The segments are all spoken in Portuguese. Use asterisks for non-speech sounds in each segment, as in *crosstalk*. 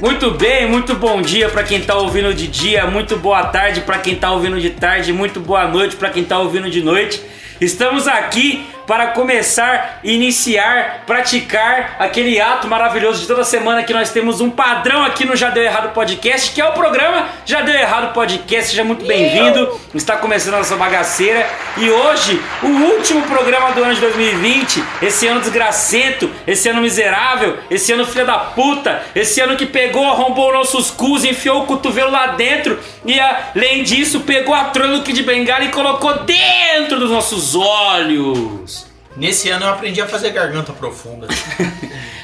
Muito bem, muito bom dia para quem tá ouvindo de dia, muito boa tarde para quem tá ouvindo de tarde, muito boa noite para quem tá ouvindo de noite. Estamos aqui para começar, iniciar, praticar aquele ato maravilhoso de toda semana que nós temos um padrão aqui no Já Deu Errado Podcast, que é o programa Já Deu Errado Podcast. Seja muito bem-vindo. Está começando a nossa bagaceira e hoje, o último programa do ano de 2020, esse ano desgracento, esse ano miserável, esse ano filha da puta, esse ano que pegou, arrombou nossos cus, enfiou o cotovelo lá dentro e além disso pegou a trônica de bengala e colocou dentro dos nossos olhos. Nesse ano eu aprendi a fazer garganta profunda.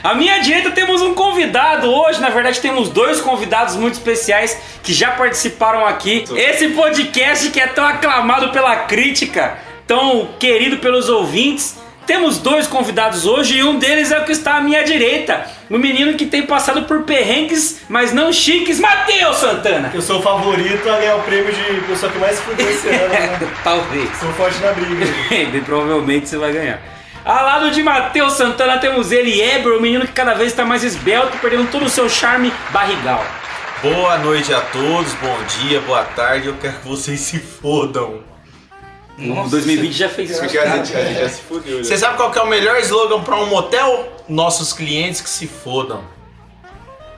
À minha direita temos um convidado hoje, na verdade temos dois convidados muito especiais que já participaram aqui. Esse podcast que é tão aclamado pela crítica, tão querido pelos ouvintes. Temos dois convidados hoje e um deles é o que está à minha direita, o menino que tem passado por perrengues, mas não chiques, Matheus Santana. *laughs* Eu sou o favorito a ganhar o prêmio de pessoa que mais fudeu esse ano, né? Talvez. Sou forte na briga. Bem, provavelmente você vai ganhar. Ao lado de Matheus Santana temos ele, Eber, o menino que cada vez está mais esbelto, perdendo todo o seu charme barrigal. boa noite a todos, bom dia, boa tarde, eu quero que vocês se fodam. Nossa, 2020 já fez isso. Porque a gente, a gente já se fudeu, Você né? sabe qual que é o melhor slogan pra um motel? Nossos clientes que se fodam.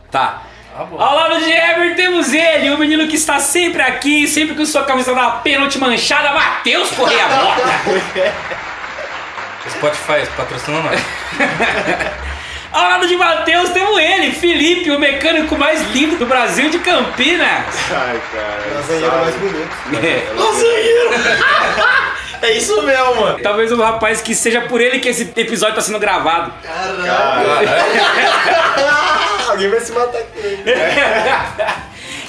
Tá. Ao lado de Eber temos ele, o menino que está sempre aqui, sempre com sua camisa da pênalti manchada, Matheus Correia Bota. *laughs* Spotify patrocina nós. *laughs* Ao lado de Matheus temos ele, Felipe, o mecânico mais lindo do Brasil de Campinas. Ai, cara. Mas aí era mais bonito. *laughs* É isso mesmo, mano. *laughs* Talvez o rapaz que seja por ele que esse episódio está sendo gravado. Alguém vai se matar aqui.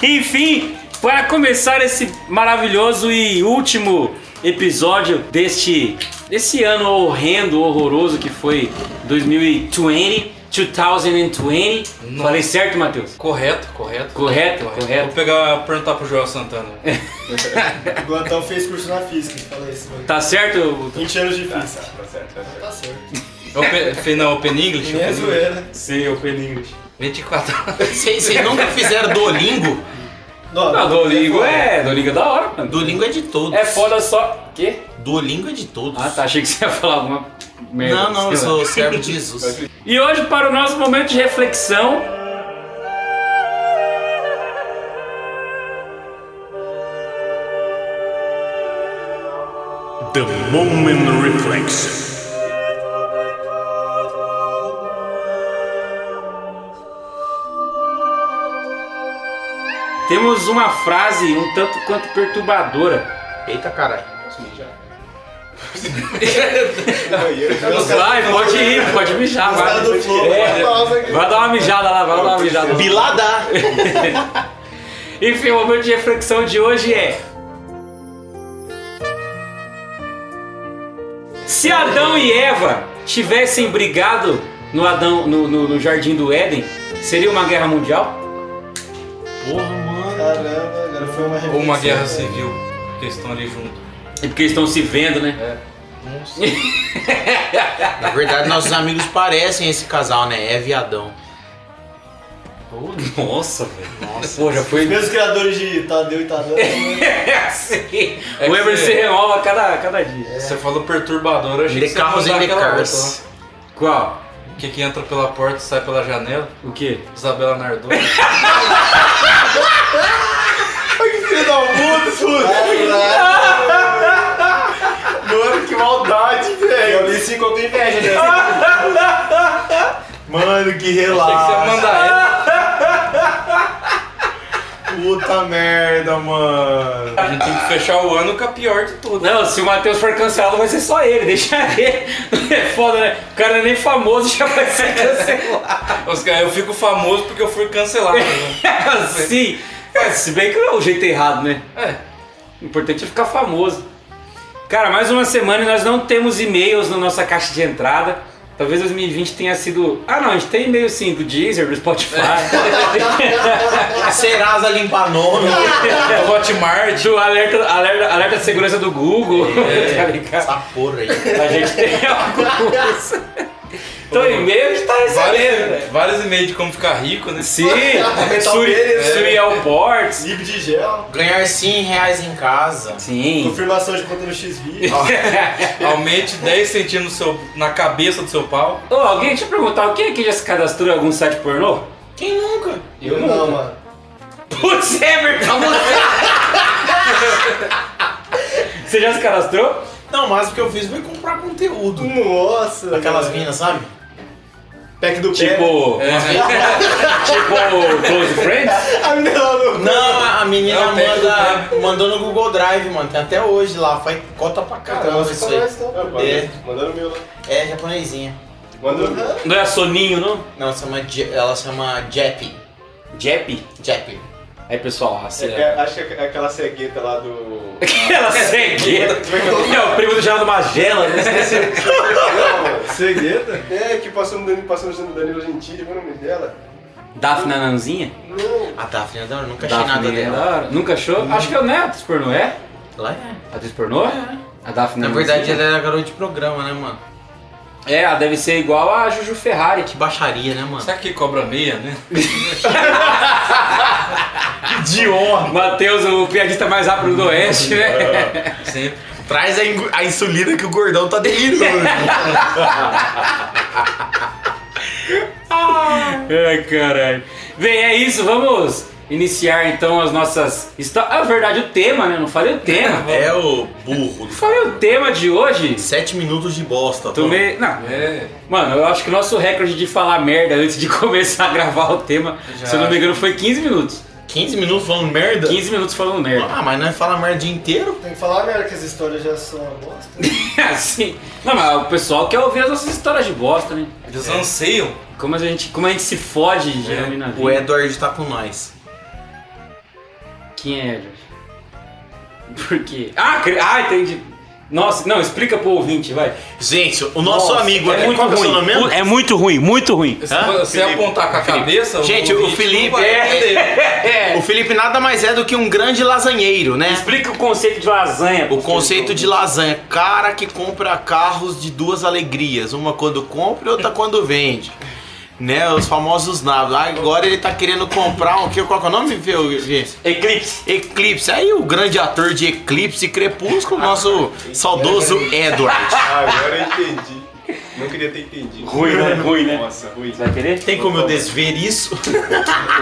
*laughs* Enfim, para começar esse maravilhoso e último episódio deste desse ano horrendo, horroroso que foi 2020, 2020. Falei certo, Matheus? Correto, correto. Correto, correto. Vou pegar, perguntar pro Joel Santana. É O Glantão fez curso na física, fala isso, mano. Tá certo? 20 anos de física. Tá certo, tá certo. Tá certo. Eu pe... fe- Não, Open English? Nem é Open English. zoeira. Sim, Open English. 24 Vocês vocês nunca fizeram Duolingo? Não, Não, Duolingo Tá é, Duolingo é da hora, mano. Duolingo é de todos. É foda só... Quê? Duolingo é de todos. Ah, tá, achei que você ia falar alguma merda. Não, não, eu sei lá. sou servo de Jesus. E hoje, para o nosso momento de reflexão. The Moment Reflection. Temos uma frase um tanto quanto perturbadora. Eita caralho. No banheiro, já Os Vai, pode ir, pode mijar, Os vai. caras do Flow, É, vai pausa aqui. vai dar uma mijada lá, vai dar uma mijada. Biladá. Enfim, o momento de reflexão de hoje é. Se Adão e Eva tivessem brigado no, Adão, no, no- no jardim do Éden, seria uma guerra mundial? Porra, mano. Caramba, agora foi uma Ou uma reflexão, guerra né? civil, porque eles estão ali junto. É porque eles estão se vendo, né? Nossa. Na verdade, nossos amigos parecem esse casal, né? Eva e Adão. Oh, Nossa, velho. Pô, já *laughs* foi. Mesmos criadores de Tadeu e Tadeu. Sim. É assim. o que Ever você- se renova a cada, a cada dia. É. Você falou perturbador, eu achei De que você ia carros e mandar de aquela cars. outra Qual? lá. Que que entra pela porta e sai pela janela? O quê? Isabela Nardoni. Filho da puta, puta. Caralho, Mano, que maldade, velho. Eu li cinco, eu tenho inveja né? *laughs* dessa. Mano, que Achei que você ia Ah. relaxo. mandar ela. Puta merda, mano. A gente tem que fechar o ano com a pior de tudo. Não, se o Matheus for cancelado, vai ser só ele, *laughs* deixa ele. É foda, né? O cara não é nem famoso, já vai ser cancelado. Os caras, eu fico famoso porque eu fui cancelado. né? *laughs* Sim. É, se bem que não é o jeito errado, né? É. O importante é ficar famoso. Cara, mais uma semana e nós não temos e-mails na nossa caixa de entrada. Talvez 2020 tenha sido. Ah, não, a gente tem e-mail sim do Deezer, do Spotify, Serasa limpa nono. Ah. É. *laughs* Do Hotmart. É. do alerta, alerta, alerta de segurança do Google. *laughs* tá ligado? Essa porra aí. A gente tem alguns. Então, e-mail a gente tá recebendo, velho. Vários, vários e-mails de como ficar rico, né? Sim, Metal Suri, Gear, Suriel Ports. Zip de gel, Ganhar 100 reais em casa. Sim. confirmação de conta no XV. *laughs* Aumente 10 centímetros no seu- na cabeça do seu pau. Ô, alguém te perguntar, quem aqui já se cadastrou em algum site pornô? Quem nunca? Eu não, mano. Putz, é, Everton! Você já se cadastrou? Não, mas o que eu fiz foi comprar conteúdo. Nossa. Aquelas velho. minas, sabe? Pack do pé. É. Tipo. *laughs* Tipo Close Friends? Ah, não, não. Não, a a menina Não, pega manda, mandou no Google Drive, mano. Tem até hoje lá. Faz cota pra Então, caramba você isso fala aí. isso, então. É. Manda no meu lá. É japonesinha. Manda no meu. Não é Soninho, não? Não, chama, Je- ela chama Jeppy. Jep? Jeppy. Aí, pessoal, assim. É, é, acho que é aquela cegueta lá do. Aquela cegueira. É o primo do Geraldo Magela, né? Esqueci. Não, mano, cegueta? É, que passou no Danilo, passou no Danilo Gentili, qual é o nome dela? Daphne Nananzinha? Não. A Daphne, eu nunca achei nada Daphne né? dela. dela. Nunca achou? Acho que é o Neto pornô, é? Ela é. Atriz pornô? A Daphne Na verdade, Nananzinha? ela era garota de programa, né, mano? É, ela deve ser igual a Juju Ferrari. Que baixaria, né, mano? Será que cobra meia, né? *laughs* De honra. Matheus, o piadista mais rápido do Oeste, É. né? Sempre. Traz a, ingu- a insulina que o gordão tá *laughs* delirando. *laughs* Ai, caralho. Bem, é isso, vamos iniciar então as nossas histórias. Ah, verdade, o tema, né? Não falei o *laughs* tema. é o burro. Não falei o tema de hoje. Sete minutos de bosta. Tomei. Não, É. mano, eu acho que o nosso recorde de falar merda antes de *laughs* começar a gravar o tema, Já se eu não me engano, foi 15 *laughs* minutos. 15 minutos falando merda? 15 minutos falando merda. *laughs* Ah, mas nós fala merda o dia inteiro? Tem que falar, galera, que as histórias já são uma bosta. assim. Não, mas o pessoal quer ouvir as nossas histórias de bosta, né? Eles anseiam. Como a gente, como a gente se fode É, geralmente na vida. O Edward tá com nós. Quem é Edward? Por quê? Ah, cre- ah, entendi. Nossa, não, explica pro ouvinte, vai. Gente, o nosso amigo é aqui, muito qual que é o seu ruim. nome mesmo? É muito ruim, muito ruim. Se Hã? você apontar com a cabeça, Gente, o ouvinte Felipe não vai é- entender. O Felipe nada mais é do que um grande lasanheiro, né? Explica o conceito de lasanha. O conceito de lasanha, cara que compra carros de duas alegrias, uma quando compra e *laughs* outra quando vende. Né, os famosos nabos. Ah, Agora ele tá querendo comprar um que qual que é o nome? Fê? Gente? Eclipse. Eclipse. Aí o grande ator de Eclipse e Ah, Crepúsculo, nosso saudoso *laughs* Edward. Ah, agora eu entendi. Não queria ter entendido. Ruim, né? Ruim, né? Nossa, ruim. Vai querer? Tem como eu desver isso?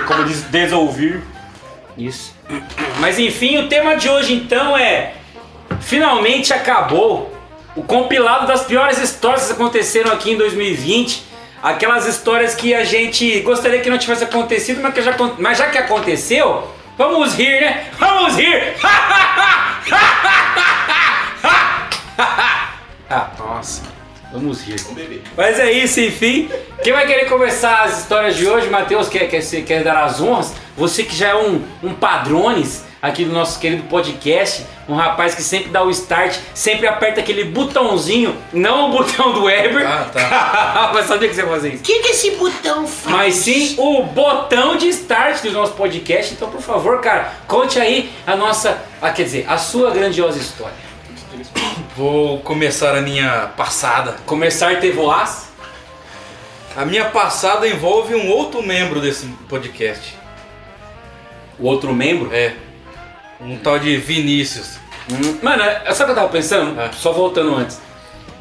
como diz, desouvir. Isso. Mas enfim, o tema de hoje então é. Finalmente acabou o compilado das piores histórias que aconteceram aqui em 2020. Aquelas histórias que a gente gostaria que não tivesse acontecido, mas, que já, acon- mas já que aconteceu, vamos rir, né? Vamos rir! ah, Nossa. vamos rir. Mas é isso, enfim. Quem vai querer começar as histórias de hoje, Matheus, quer, quer, ser- quer dar as honras? Você que já é um, um padrones aqui do nosso querido podcast, um rapaz que sempre dá o start, sempre aperta aquele botãozinho, não o botão do Weber. Ah, *laughs* Mas sabia que você ia fazer isso. O que, que esse botão faz? Mas sim o botão de start do nosso podcast. Então, por favor, cara, conte aí a nossa. Ah, quer dizer, a sua grandiosa história. Vou começar a minha passada. Começar te voaz? A minha passada envolve um outro membro desse podcast. o outro membro. É. Um tal de Vinícius. Hum. Mano, é- sabe o que eu tava pensando? É. Só voltando antes.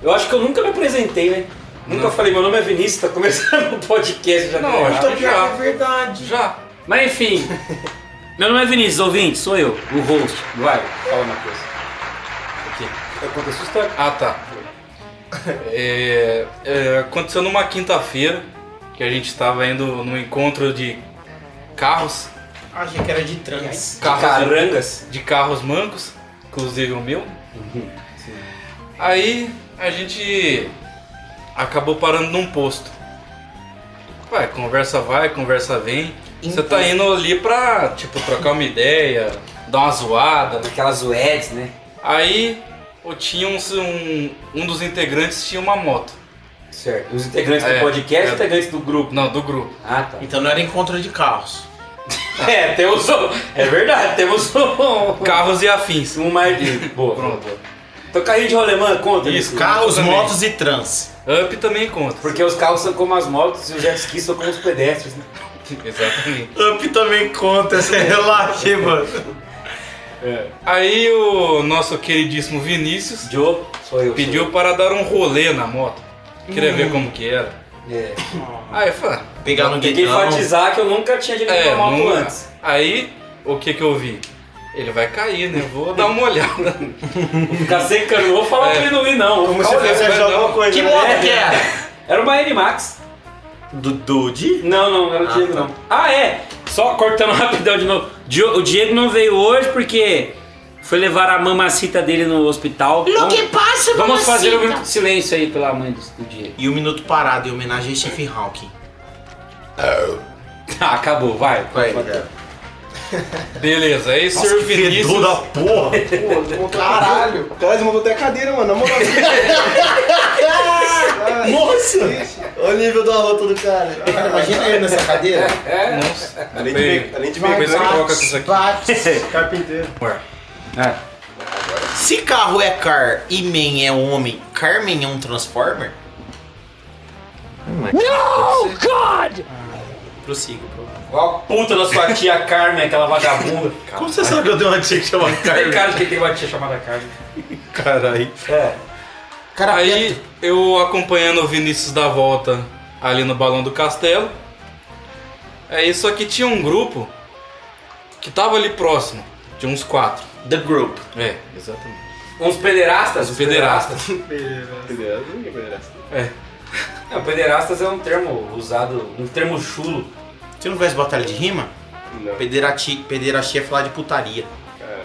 Eu acho que eu nunca me apresentei, né? Nunca falei, meu nome é Vinícius, tá começando o podcast já. Não, tá acho errado. que já. verdade. Já. Mas *laughs* enfim. meu nome é Vinícius, ouvinte, sou eu, o host. Vai, fala uma coisa. Eu contei sua história. Ah, tá. É, é, aconteceu numa quinta-feira que a gente estava indo num encontro de carros, Ah, Achei que era de trans. carros Carangas. de carros mancos, inclusive o meu. Aí a gente acabou parando num posto. Vai, conversa vai, conversa vem. Você tá indo ali pra, tipo, trocar uma ideia, dar uma zoada, Aquelas UEDs, né? Aí eu tinha um, um, um dos integrantes tinha uma moto. Certo. Os integrantes do É, podcast e é. os integrantes do grupo. Não, do grupo. Ah, tá. Então não era encontro de carros. *laughs* É, temos um. É verdade, temos um. *laughs* Carros e afins. Um mais de. Boa. Pronto. Então carrinho de rolemã conta. Isso, né? Carros, também. motos e trans. Up também conta. Porque os carros são como as motos e os jet skis são como os pedestres, né? Exatamente. Up também conta, você *laughs* relaxa, mano. É. Aí o nosso queridíssimo Vinícius Joe, sou eu. pediu para dar um rolê na moto. Queria Hum. ver como que sou era. eu. É. Aí eu falei, "Ah, Pegar no Tem que guidão. enfatizar que eu nunca tinha dirigido é, uma moto não- antes. Aí o que que eu vi? Ele vai cair, né? Vou dar *laughs* uma olhada. Vou Ficar secando, não vou falar É. pra ele não vir, não. Como Vou se ficar fosse olhando. ajudar não. alguma coisa. Que né? moto que é? era? Era uma N-Max. Do Dude? Não, não, não era o Ah, Diego, tá. não. Ah, é! Só cortando *laughs* rapidão de novo. Di- O Diego não veio hoje porque foi levar a mamacita dele no hospital. Vamos- passa, Vamos fazer um minuto de silêncio aí pela mãe do, do Diego. E um minuto parado em homenagem a Stephen Hawking. Ah, acabou, vai. Vai, Beleza, aí é? Nossa, Sr. que fedor Vinícius. da porra. Pô, Caralho. caralho. O cara desmontou até a cadeira, mano. Na moral. Ai, Moça! triste. Olha o nível da luta do cara. Cara, imagina eu nessa *laughs* cadeira. Nossa, Além de, Bem, me- além de depois você mecânico, coloca isso aqui. carpinteiro. Se carro é car e man é homem, Carmen é um transformer? Oh, God! Prossigo. Qual a puta da sua tia Carmen, aquela vagabunda. Como você sabe que eu tenho uma tia que chama Tem Carmen? cara de quem tem uma tia chamada Carmen. Caralho. É. *laughs* Cara, Aí né? eu acompanhando o Vinícius da volta ali no Balão do Castelo. Aí só que tinha um grupo que tava ali próximo. Tinha uns quatro. The Group. É, exatamente. Uns pederastas? Os pederastas. Pederasta, ninguém pederasta. É. Não, pederastas é um termo usado, um termo chulo. Você não conhece Batalha de Rima? Não, Pederati, pederastia é falar de putaria. cara.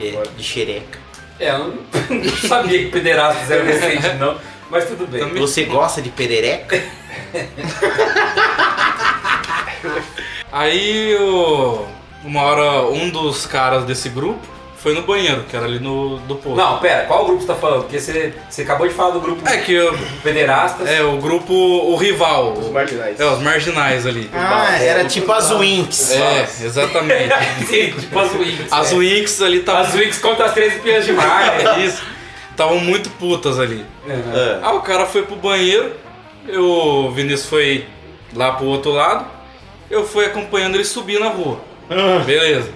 É, de xereca. É, eu não *laughs* não sabia que pederastas era recente, *laughs* não. Mas tudo bem. Também. Você gosta de perereca? Aí o- uma hora um dos caras desse grupo foi no banheiro, que era ali no do posto. Não, pera, qual grupo você tá falando? Porque você, você acabou de falar do grupo É que eu- pederastas. é o grupo o rival. Os o- marginais. é, os marginais ali. Ah, era tipo as Winx. É, *laughs* exatamente. *laughs* Sim, tipo as Wix. As é. Wix ali estavam As Wix contra as 13 pilhas de mar. É isso. Estavam muito putas ali. Uhum. Ah. Ah, o cara foi pro banheiro, eu- o Vinícius foi lá pro outro lado, eu fui acompanhando ele subir na rua. Ah. Beleza.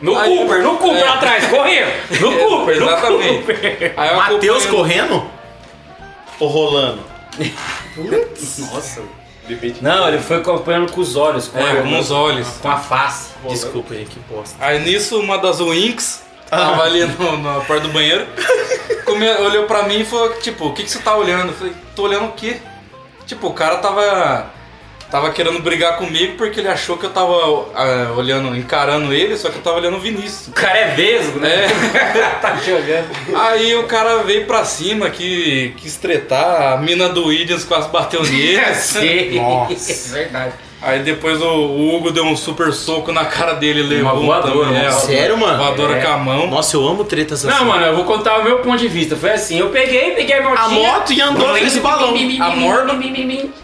No Aí- Cooper, no Cooper É. lá atrás, correndo. *laughs* No Cooper, no Exatamente. Cooper. Aí eu Matheus acompanhando- correndo? Ou rolando? Nossa. Depende. Não, ele foi acompanhando com os olhos, com, É, a, com os olhos. com a face. Desculpa, gente, que bosta. Aí nisso, uma das Winx, que Ah. tava ali no- na porta do *laughs* banheiro, come- olhou pra mim e falou, tipo, o que, que você tá olhando? Eu falei, tô olhando o quê? Tipo, o cara tava. Tava querendo brigar comigo porque ele achou que eu tava ah, olhando, encarando ele, só que eu tava olhando o *laughs* Vinícius. O cara é vesgo, né? É. *laughs* Tá jogando. Aí o cara veio pra cima que quis tretar, a mina do Williams quase bateu *laughs* nele. É, Sim. *laughs* Nossa. É Verdade. Aí depois o, o Hugo deu um super soco na cara dele, levou um voadora, também, uma é, Sério, uma mano? Voadora É. com a mão. Nossa, eu amo tretas assim. Não, mano, eu vou contar o meu ponto de vista. Foi assim, eu peguei, peguei a A voltinha... moto e andou fez o balão. A morda.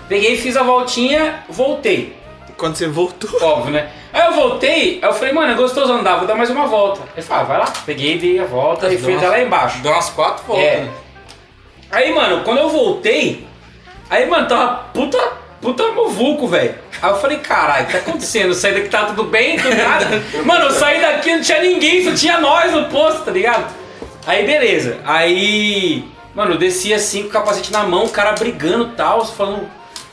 Peguei, fiz a voltinha, voltei. Quando você voltou. Óbvio, né? Aí eu voltei, aí eu falei, mano, é gostoso andar, vou dar mais uma volta. Ele falou, ah, vai lá. Peguei, dei a volta e fui Nossa. até lá embaixo. Deu umas quatro voltas. É. Aí, mano, quando eu voltei, aí, mano, tava puta, puta muvuco, velho. Aí eu falei, caralho, o que tá acontecendo? Eu saí daqui, tá tudo bem, tudo nada. mano, eu saí daqui, não tinha ninguém, só tinha nós no posto, tá ligado? Aí, beleza. Aí, mano, eu desci assim, com o capacete na mão, o cara brigando e tal, falando, o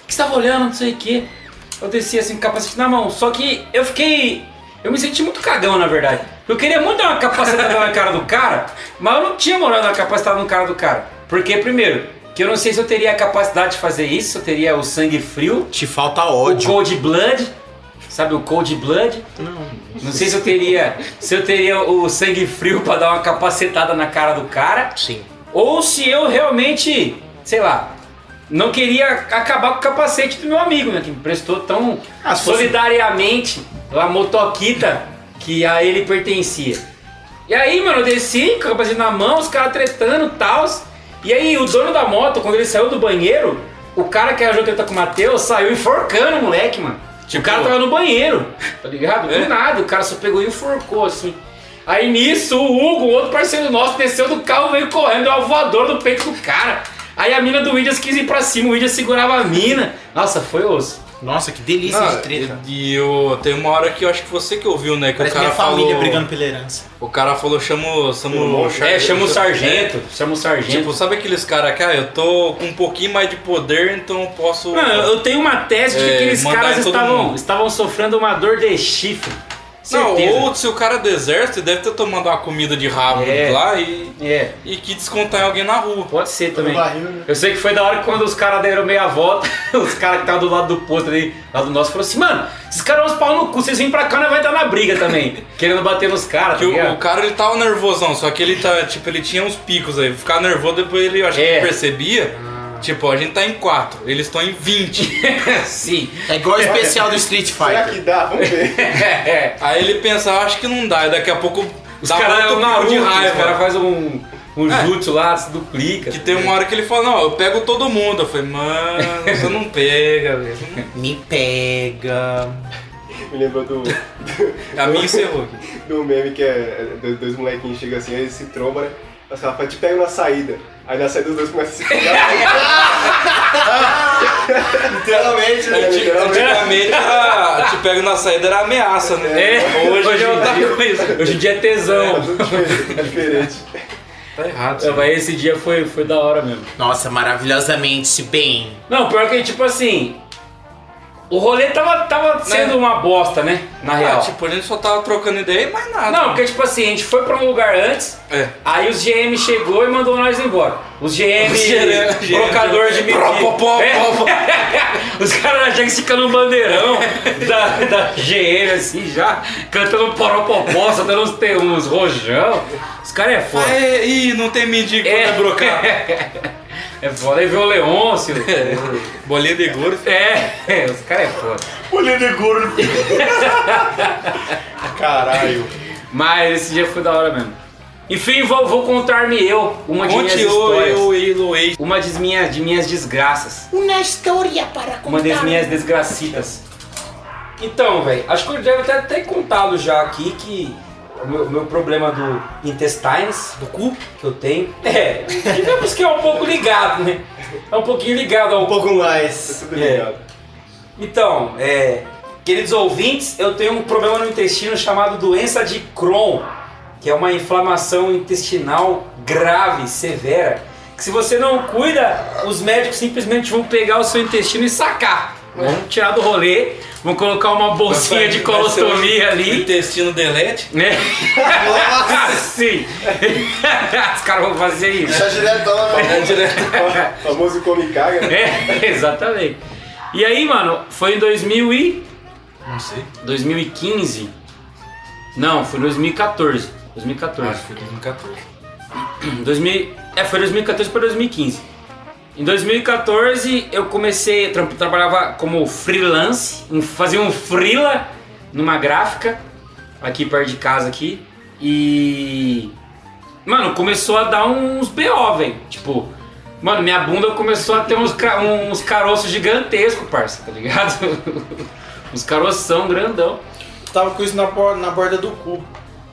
que você tava olhando, não sei o quê. Eu desci assim, com o capacete na mão, só que eu fiquei... Eu me senti muito cagão, na verdade. Eu queria muito dar uma capacitada na cara do cara, mas eu não tinha moral na capacitada no cara do cara. Porque, primeiro, que eu não sei se eu teria a capacidade de fazer isso, se eu teria o sangue frio, Te falta o ódio. cold blood, sabe o cold blood? Não. Não sei se eu teria, se eu teria o sangue frio pra dar uma capacetada na cara do cara, Sim. ou se eu realmente, sei lá, não queria acabar com o capacete do meu amigo, né? Que me prestou tão Ah, se fosse- solidariamente a motoquita que a ele pertencia. E aí, mano, eu desci com o capacete na mão, os caras tretando e tal. E aí, o dono da moto, quando ele saiu do banheiro, o cara que arranjou treta com o Matheus saiu enforcando o moleque, mano. o cara tava no banheiro, Tipo, tá ligado? Do nada, o cara só pegou e enforcou, assim. Aí nisso, o Hugo, outro parceiro nosso, desceu do carro, veio correndo, deu uma voadora no peito do cara. Aí a mina do Williams quis ir pra cima, o Williams segurava a mina. Nossa, foi osso. Nossa, que delícia Ah, de treta. E, e eu, tem uma hora que eu acho que você que ouviu, né? Que Parece o cara minha família falou, brigando pela herança. O cara falou, chama o. Chama o É, char- chama o sargento, chama o É. sargento. Tipo, sabe aqueles caras que, ah, eu tô com um pouquinho mais de poder, então eu posso. Mano, eu tenho uma tese de que É, aqueles mandar caras em todo estavam, mundo. estavam sofrendo uma dor de chifre. não, Certeza. ou se o cara é do exército, ele deve ter tomado uma comida de rabo É. lá e, É, e que descontar em alguém na rua. pode ser também. barril, né? Eu sei que foi da hora que quando os caras deram meia volta, *laughs* os caras que estavam do lado do posto ali, lá do nosso, falaram assim, mano, esses caras são uns pau no cu, vocês vêm pra cá, nós vai dar na briga também. *laughs* Querendo bater nos caras, tá Porque o, o ligado? cara ele tava nervosão, só que ele tá, tipo, ele tinha uns picos aí. Ficar nervoso depois ele eu acho que É. ele percebia. Tipo, a gente tá em 4, eles estão em 20. Sim. É igual o especial do *laughs* Street Será Fighter. que dá? Vamos ver. *laughs* *laughs* É. aí ele pensa, "Ah, acho que não dá, e daqui a pouco Os dá caras é outro o pico Naruto, de os caras raiva. fazem um, um jutsu lá, se duplica. Que tem uma hora que ele fala, não, eu pego todo mundo. Eu falei, mano, você não pega, velho. você não-" Me pega. Me lembrou do, A minha encerrou aqui. do meme que é é, dois, dois molequinhos chegam assim, aí eles se trombam, né? Mas ela fala, te pego na saída. Aí na saída os dois começam a se *laughs* pegar. *laughs* Literalmente, É, né? Anti- Antigamente era, te pego na saída era ameaça, né? É, hoje, é outra coisa. Hoje em dia é Tá tesão. tudo diferente. É diferente. Tá errado. É, mas esse dia foi, foi da hora mesmo. Nossa, maravilhosamente bem. Não, pior que, tipo assim, o rolê tava, tava sendo uma bosta, né? Na real. Né? Ah, tipo, ah, tá. a gente só tava trocando ideia e mais nada. Não, porque, tipo assim, a gente foi pra um lugar antes, É. Aí os GM chegou e mandou nós embora. Os GM, *laughs* GM, brocador de Pró, pó, pó, pó, É. *laughs* Os caras já ficam no bandeirão da, da GM, assim, já cantando poropopó, soltando uns, te- uns rojão. Os caras é Ah, foda. é, ih, não tem mendigo é pra me *laughs* brocar. É foda. Aí veio o Leôncio. *laughs* Bolinha de couro. É, é, os caras é foda. Olha de *laughs* gordo. Caralho. Mas esse dia foi da hora mesmo. Enfim, vou, vou contar-me eu uma de minhas Conte eu, histórias. eu e Luei. Uma das minhas, de minhas desgraças. Uma história para contar. Uma das minhas desgracitas. Então, velho, acho que eu devo até ter contado já aqui que o meu, meu problema do intestines, do cu que eu tenho, é, *laughs* digamos que é um pouco ligado, né? É um pouquinho ligado ao Um pouco mais. Tudo ligado. É. então, é, queridos ouvintes, eu tenho um problema no intestino chamado doença de Crohn, que é uma inflamação intestinal grave, severa, que se você não cuida, os médicos simplesmente vão pegar o seu intestino e sacar. Vão tirar do rolê, vão colocar uma bolsinha de colostomia ali. Intestino delete. Né? Nossa. *laughs* Sim! Os caras vão fazer isso. Deixa direto lá, É direto. O né, *laughs* famoso come e caga. né? É, *laughs* exatamente. E aí, mano, foi em 2000 e... Não sei. 2015. Não, foi 2014. 2014. Acho que foi 2014. *clears throat* 2000, é, foi 2014 para 2015. Em 2014 eu comecei, tra- trabalhava como freelance, um- fazia um freela numa gráfica aqui perto de casa aqui e mano, começou a dar uns BO, velho. Tipo, mano, minha bunda começou a ter uns, ca- uns caroços gigantescos, parça, tá ligado? *laughs* uns caroção grandão. Tava com isso na, por- na borda do cu.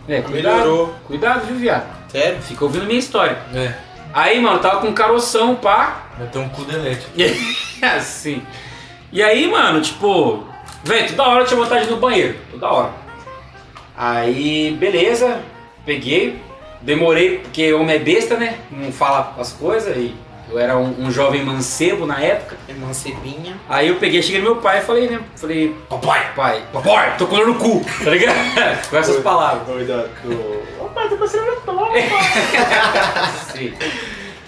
É, cuidado, Melhorou. cuidado, viu, viado? Sério? Fica ouvindo minha história. É, Aí, mano, tava com um caroção, pá. vai ter um cu delete. *laughs* assim. E aí, mano, tipo, velho, toda hora eu tinha vontade de ir no banheiro. Toda hora. Aí, beleza, peguei. Demorei, porque homem é besta, né? Não fala as coisas. E eu era um, um jovem mancebo na época. É mancebinha. Aí eu peguei, cheguei no meu pai e falei, né? Falei, papai, pai, papai, tô com dor no cu, *laughs* tá ligado? com essas palavras. Oi, Ah, da- do- Sim.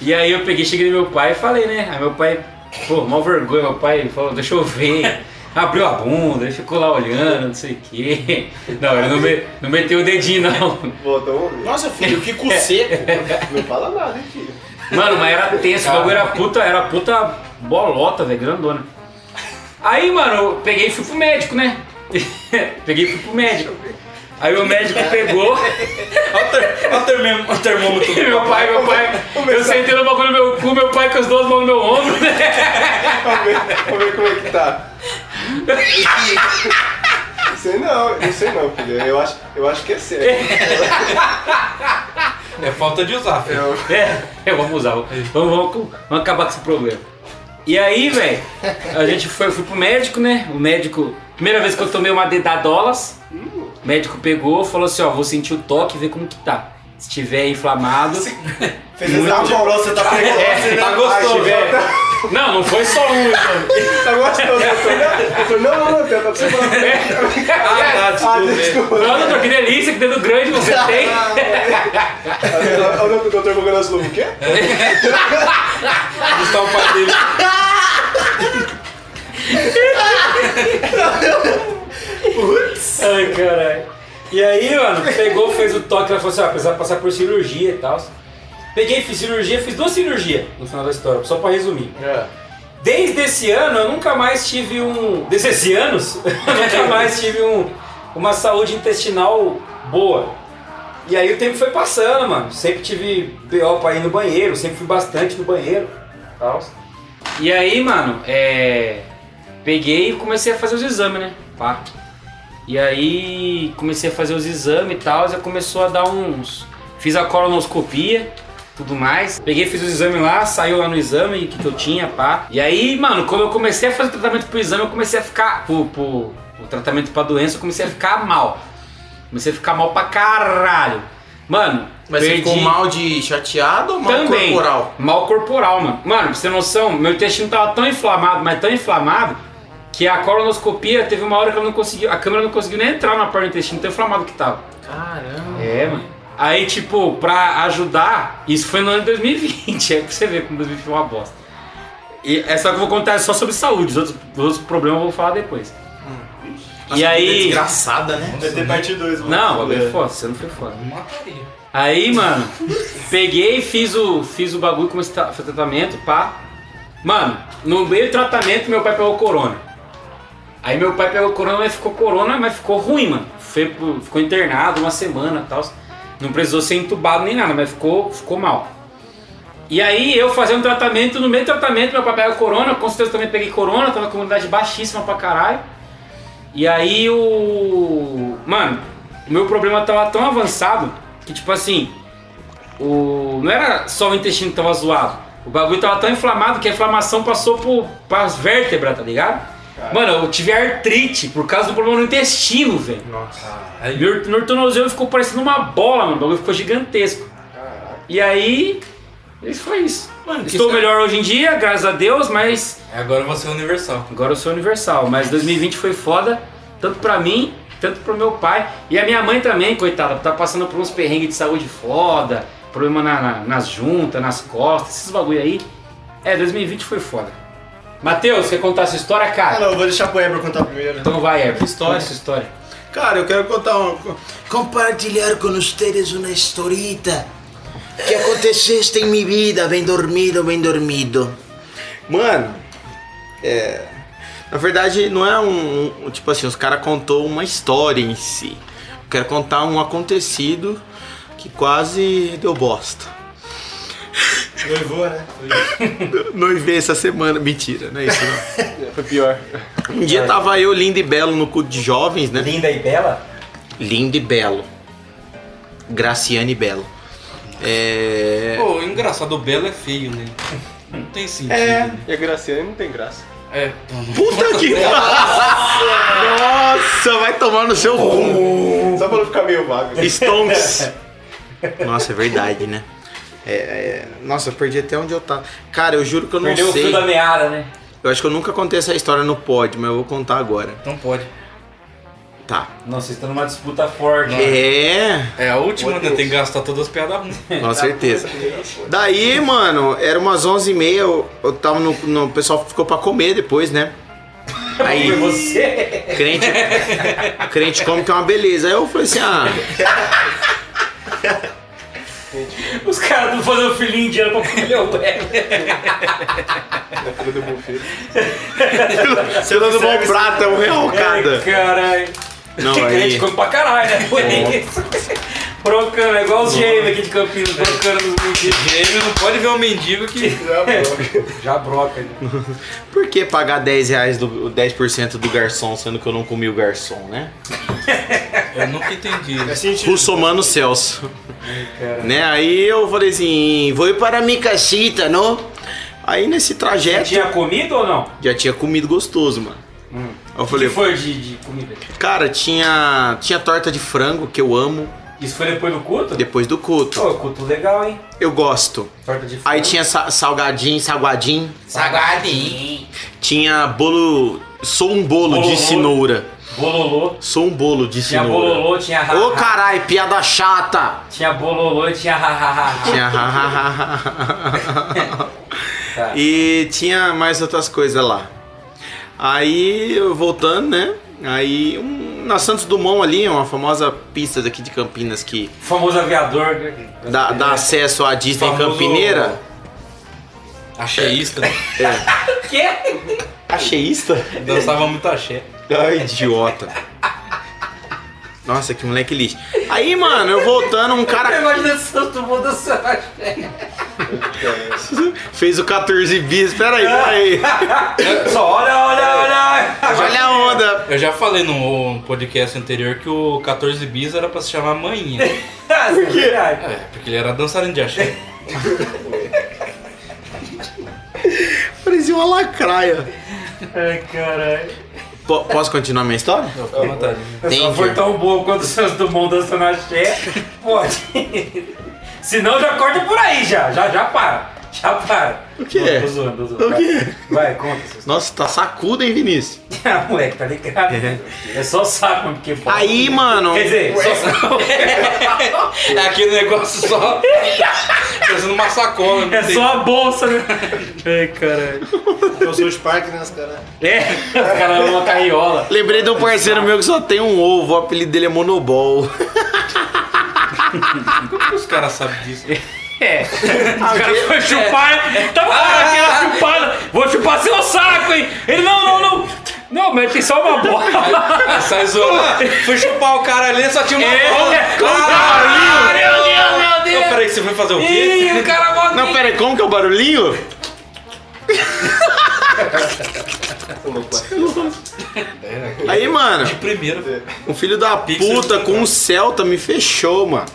E aí eu peguei, cheguei no meu pai e falei, né? Aí meu pai, pô, mal vergonha, meu pai falou, deixa eu ver. Abriu a bunda, ele ficou lá olhando, não sei o quê. Não, ele não, me- não meteu o dedinho, não. Volta, vamos ver. Nossa, filho, que cu seco. Não fala nada, hein, filho. Mano, mas era tenso, o bagulho era puta, era puta bolota, velho, grandona. *laughs* Aí, mano, eu peguei e fui pro médico, né? peguei e fui pro médico. Aí o médico pegou. Olha o ter- olha o termo- o termômetro. E *laughs* meu pai, meu pai, eu sentei no bagulho no meu cu, meu pai com as duas mãos no meu ombro, né? Vamos ver, vamos ver como é que tá. Não sei não, não sei não, filho. Eu acho, eu acho que é sério. É falta de usar, filho. É, é, vamos usar, vamos, vamos, vamos acabar com esse problema. E aí, velho, a gente foi, eu fui pro médico, né? O médico, primeira vez que eu tomei uma dedadolas, o médico pegou, falou assim, ó, vou sentir o toque e ver como que tá. Se tiver inflamado... É, Fez exame de prova, você tá pegando. você Tá não- gostoso, velho. Não, não foi só um, mano. Tá gostoso? Eu tô, eu tô, não, não, não, tá pra você falar. Ah, tá, desculpa. Ah, velho. desculpa. Não, doutor, que delícia, que dedo grande você *laughs* tem. Olha Ah, o doutor jogando as luvas, o quê? Está o pai dele. Ai, caralho. E aí, mano, pegou, fez o toque, ela falou assim, ó, precisa passar por cirurgia e tal. Peguei, fiz cirurgia, fiz duas cirurgias no final da história, só pra resumir. Desde esse ano, eu nunca mais tive um... Desde esses anos, *laughs* eu nunca mais tive um, uma saúde intestinal boa. E aí o tempo foi passando, mano. Sempre tive B.O. pra ir no banheiro, sempre fui bastante no banheiro tal. E aí, mano, é... Peguei e comecei a fazer os exames, né? Pá. E aí comecei a fazer os exames e tal, já começou a dar uns. Fiz a colonoscopia, tudo mais. Peguei, fiz os exames lá, saiu lá no exame que, que eu tinha, pá. E aí, mano, quando eu comecei a fazer o tratamento pro exame, eu comecei a ficar. Pro, pro- o tratamento pra doença, eu comecei a ficar mal. Comecei a ficar mal pra caralho. Mano, *laughs* Mas você perdi ficou mal de chateado ou mal também. corporal? Mal corporal, mano. Mano, pra você ter noção, meu intestino tava tão inflamado, mas tão inflamado, que a colonoscopia teve uma hora que eu não conseguiu, a câmera não conseguiu nem entrar na parte do intestino, tão inflamado que tava. Caramba. É, mano. Aí, tipo, pra ajudar, isso foi no ano de 2020, *laughs* é pra você ver como 2020 foi uma bosta. E é só que eu vou contar só sobre saúde, os outros, os outros problemas eu vou falar depois. e Nossa, Hum. que é aí- Desgraçada, né? Vai ter parte 2, mano. Não, o bagulho é foda, você não foi foda. Aí, mano, peguei, fiz o, fiz o bagulho, comecei a fazer tratamento, pá. Mano, no meio do tratamento, meu pai pegou corona. Aí meu pai pegou corona, mas ficou corona, mas ficou ruim, mano. Foi pro- ficou internado uma semana e tal. Não precisou ser entubado nem nada, mas ficou, ficou mal. E aí eu fazendo tratamento, no meio do tratamento, meu pai pegou corona, com certeza eu também peguei corona, tava com imunidade baixíssima pra caralho. E aí o. Mano, o meu problema tava tão avançado que tipo assim. O... Não era só o intestino que tava zoado. O bagulho tava tão inflamado que a inflamação passou por, pras vértebras, tá ligado? Mano, eu tive artrite por causa do problema no intestino, velho. Meu, meu tornozelo ficou parecendo uma bola, mano. O bagulho ficou gigantesco. E aí. Isso foi isso. Mano, que Estou isso- é- melhor hoje em dia, graças a Deus, mas Agora você é universal. Agora eu sou universal, mas 2020 foi foda, tanto pra mim, tanto pro meu pai. E a minha mãe também, coitada, tá passando por uns perrengues de saúde foda, problema na, na- nas juntas, nas costas, esses bagulho aí. É, 2020 foi foda. Matheus, quer contar essa história, Ah, cara? não, eu vou deixar pro Ebro contar primeiro. Então vai, Herb. História. Conta essa história. Cara, eu quero contar uma. co- Compartilhar com vocês uma historita que aconteceu em minha vida, bem dormido, bem dormido. Mano, é. Na verdade, não é um. um- Tipo assim, os caras contou uma história em si. Eu quero contar um acontecido que quase deu bosta. Noivou, né? *laughs* Noivei essa semana. Mentira, não é *laughs* isso não. Foi pior. Um dia tava eu, lindo e belo, no culto de jovens, né? Linda e bela? Lindo e belo. Graciane Belo. É. Pô, engraçado, o Belo é feio, né? Não tem sentido. É, e a Graciane não tem graça. É. Puta *laughs* que Nossa, vai tomar no seu rumo. Só pra não ficar meio *laughs* vago. Stonks. Nossa, é verdade, né? É, é, Nossa, eu perdi até onde eu tava. Cara, eu juro que eu não Perdeu o fio sei. da meada, né? Eu acho que eu nunca contei essa história no pod, mas eu vou contar agora. Não Então pode. Tá. Nossa, vocês estão numa disputa forte. É. É a última, né? Tem que gastar todas as piadas ruins. *laughs* Com certeza. Daí, mano, era umas 11h30, eu, eu tava no, no- O pessoal ficou pra comer depois, né? Aí, Foi você? crente, crente come que é uma beleza. Aí eu falei assim, ah, Os caras estão fazendo filhinho indiano pra comer o pé. Na fila do buffet. você dando bom prato, é um real cada. Caralho. Não, que aí- grande coisa pra caralho, né? Foi isso. Brocando, é igual os gêmeos aqui de Campinas, brocando nos mendigos. Gêmeo não pode ver um mendigo que Já, pô. já broca. né? Por que pagar 10 reais do 10% do garçom, sendo que eu não comi o garçom, né? *laughs* Eu nunca entendi. É sentido. Russomano Celso. Né? Aí eu falei assim, vou ir para Micachita, não? Aí nesse trajeto Tinha comido ou não? já tinha comido gostoso, mano. Aí Eu O que falei, foi de, de comida? cara, tinha tinha torta de frango que eu amo Isso foi depois do culto? depois do culto. Pô, culto legal, hein? Eu gosto. Torta de Aí tinha sa- salgadinho, salgadinho, Saguadinho. tinha bolo, sou um bolo, Bolo, de bolo. cenoura. Bololô. Sou um bolo de Tinha cenoura. bololô, tinha ha, Ô carai, piada chata. Tinha bololô e tinha ha, ha, ha, ha. Tinha. e tinha mais outras coisas lá. Aí, eu voltando, né? Aí, um, na Santos Dumont ali, uma famosa pista daqui de Campinas que O famoso aviador. dá, dá acesso à Disney Famoso- Campineira. É. Axeísta. né? Quê? Acheísta? Dançava muito axé. Ai, idiota. Nossa, que moleque lixo. Aí, mano, eu voltando, um cara Imagina se eu vou dançar. *laughs* fez o 14 bis. Pera aí, pera *laughs* aí. Só olha, olha, olha. *laughs* Olha a onda. Eu já falei no podcast anterior que o 14 bis era pra se chamar Manhinha. Por quê? É, porque ele era dançarino de axé. Parecia uma lacraia. Ai, caralho. Po- posso continuar minha história? Eu fico à vontade. Se Entendi. for tão boa quanto o Santos Dumont dançando axé, pode. *laughs* Se não, já corta por aí já. Já, já para. Já para. O quê? Tô zoando, tô zoando. é? O é? Vai. quê? Vai, conta. Santos. Nossa, tá sacuda, hein, Vinícius? Ah, moleque, tá ligado? É só saco porque pode. Aí, mano. Quer dizer, só saco. É aquele negócio só. Parecendo uma sacola. não É tem- só a bolsa, né? Ai, caralho. Eu sou os parques, né, os caras? É, os caras uma carriola. Lembrei de um parceiro meu que só tem um ovo, o apelido dele é Monobol. Como que os caras sabem disso? É. Os caras foram chupar. Tá bom, aquela chupada. Vou chupar seu saco, hein? Ele, não, não, não. Não, mas tem só uma bola. Ah, sai zoando. Ah, Fui chupar o cara ali, só tinha uma É, bola. é, como Caralho! que é o barulho? Meu Deus, meu Deus. Não, peraí, você foi fazer o quê? Ih, o cara volta. Não, pera aí, como que é o barulhinho? Tô louco, mano. Aí, mano, Primeiro. o filho da puta com o Celta me fechou, mano.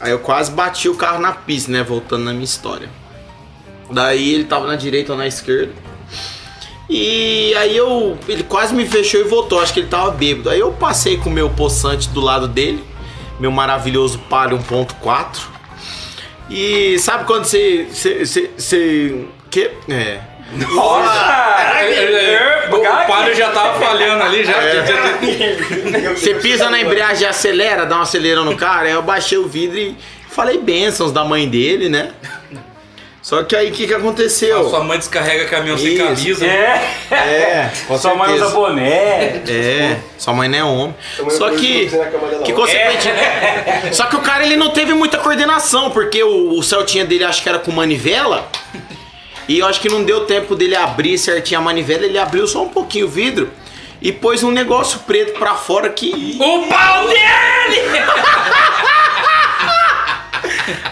Aí eu quase bati o carro na pista, né? Voltando na minha história. Daí ele tava na direita ou na esquerda. E aí eu. Ele quase me fechou e voltou, acho que ele tava bêbado. Aí eu passei com o meu poçante do lado dele, meu maravilhoso Palio 1.4. E sabe quando você. você- Você. você- Que? É. Nossa! é, O padre já tava falhando ali, já. já- já- Você pisa na embreagem e acelera, dá um acelerão no cara. Aí eu baixei o vidro e falei bênçãos da mãe dele, né? Só que aí o que, que A aconteceu? Sua mãe descarrega caminhão sem Isso. camisa. É. É, com Sua mãe usa certeza. boné. É, sua mãe não é homem. Sua mãe Só foi que. dormir na cama dela Que ontem. consequente. É. né? Só que o cara ele não teve muita coordenação, porque o, o Celtinha dele acho que era com manivela. E eu acho que não deu tempo dele abrir certinho a manivela, ele abriu só um pouquinho o vidro e pôs um negócio preto pra fora que O pau dele!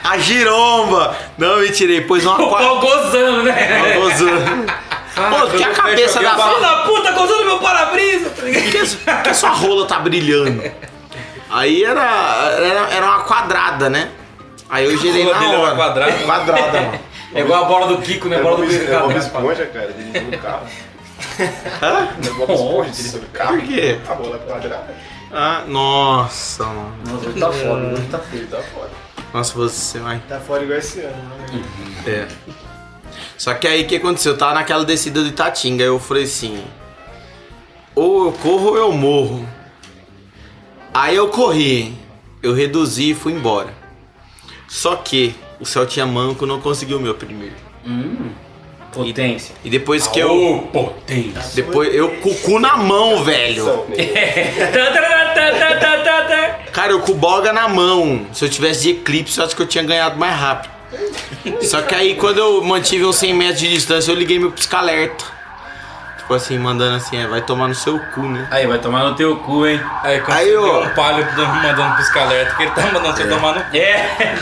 A giromba! Não, me tirei, pôs uma O *laughs* quadra. pau gozando, né? Ah, Pô, que a cabeça da Filho fala. da puta, gozando meu para-brisa. tá ligado? Por *laughs* que, por que sua rola tá brilhando? Aí era, era, era uma quadrada, né? Aí eu girei rola na dele era hora. quadrada? Quadrada, mano. É igual a bola do Kiko, né? É Bola Bob do é Bob Kiko. Esponja, cara, dirigindo um carro. Hã? É Bob Esponja dirigindo um carro. Por quê? A bola é quadrada. Ah, nossa, mano. Tá foda. Tá, Ele tá fora. Nossa, você vai. tá fora igual esse ano, né? É. Só que aí o que aconteceu? Eu tava naquela descida do Itatinga, aí eu falei assim. Ou eu corro ou eu morro. Aí eu corri, eu reduzi e fui embora. Só que o Celtinha Manco não conseguiu o meu primeiro. Potência. E depois que eu. potência. Depois eu com o cu na mão, velho. São, né? Tá, Cara, eu com o boga na mão. Se eu tivesse de eclipse, eu acho que eu tinha ganhado mais rápido. Só que aí quando eu mantive uns 100 metros de distância, eu liguei meu pisca-alerta. tipo assim, mandando assim, é, vai tomar no seu cu, né? Aí, vai tomar no teu cu, hein? Aí quando Aí, você ó. vê um palho mandando pisca alerta, que ele tá mandando você tomar no. É.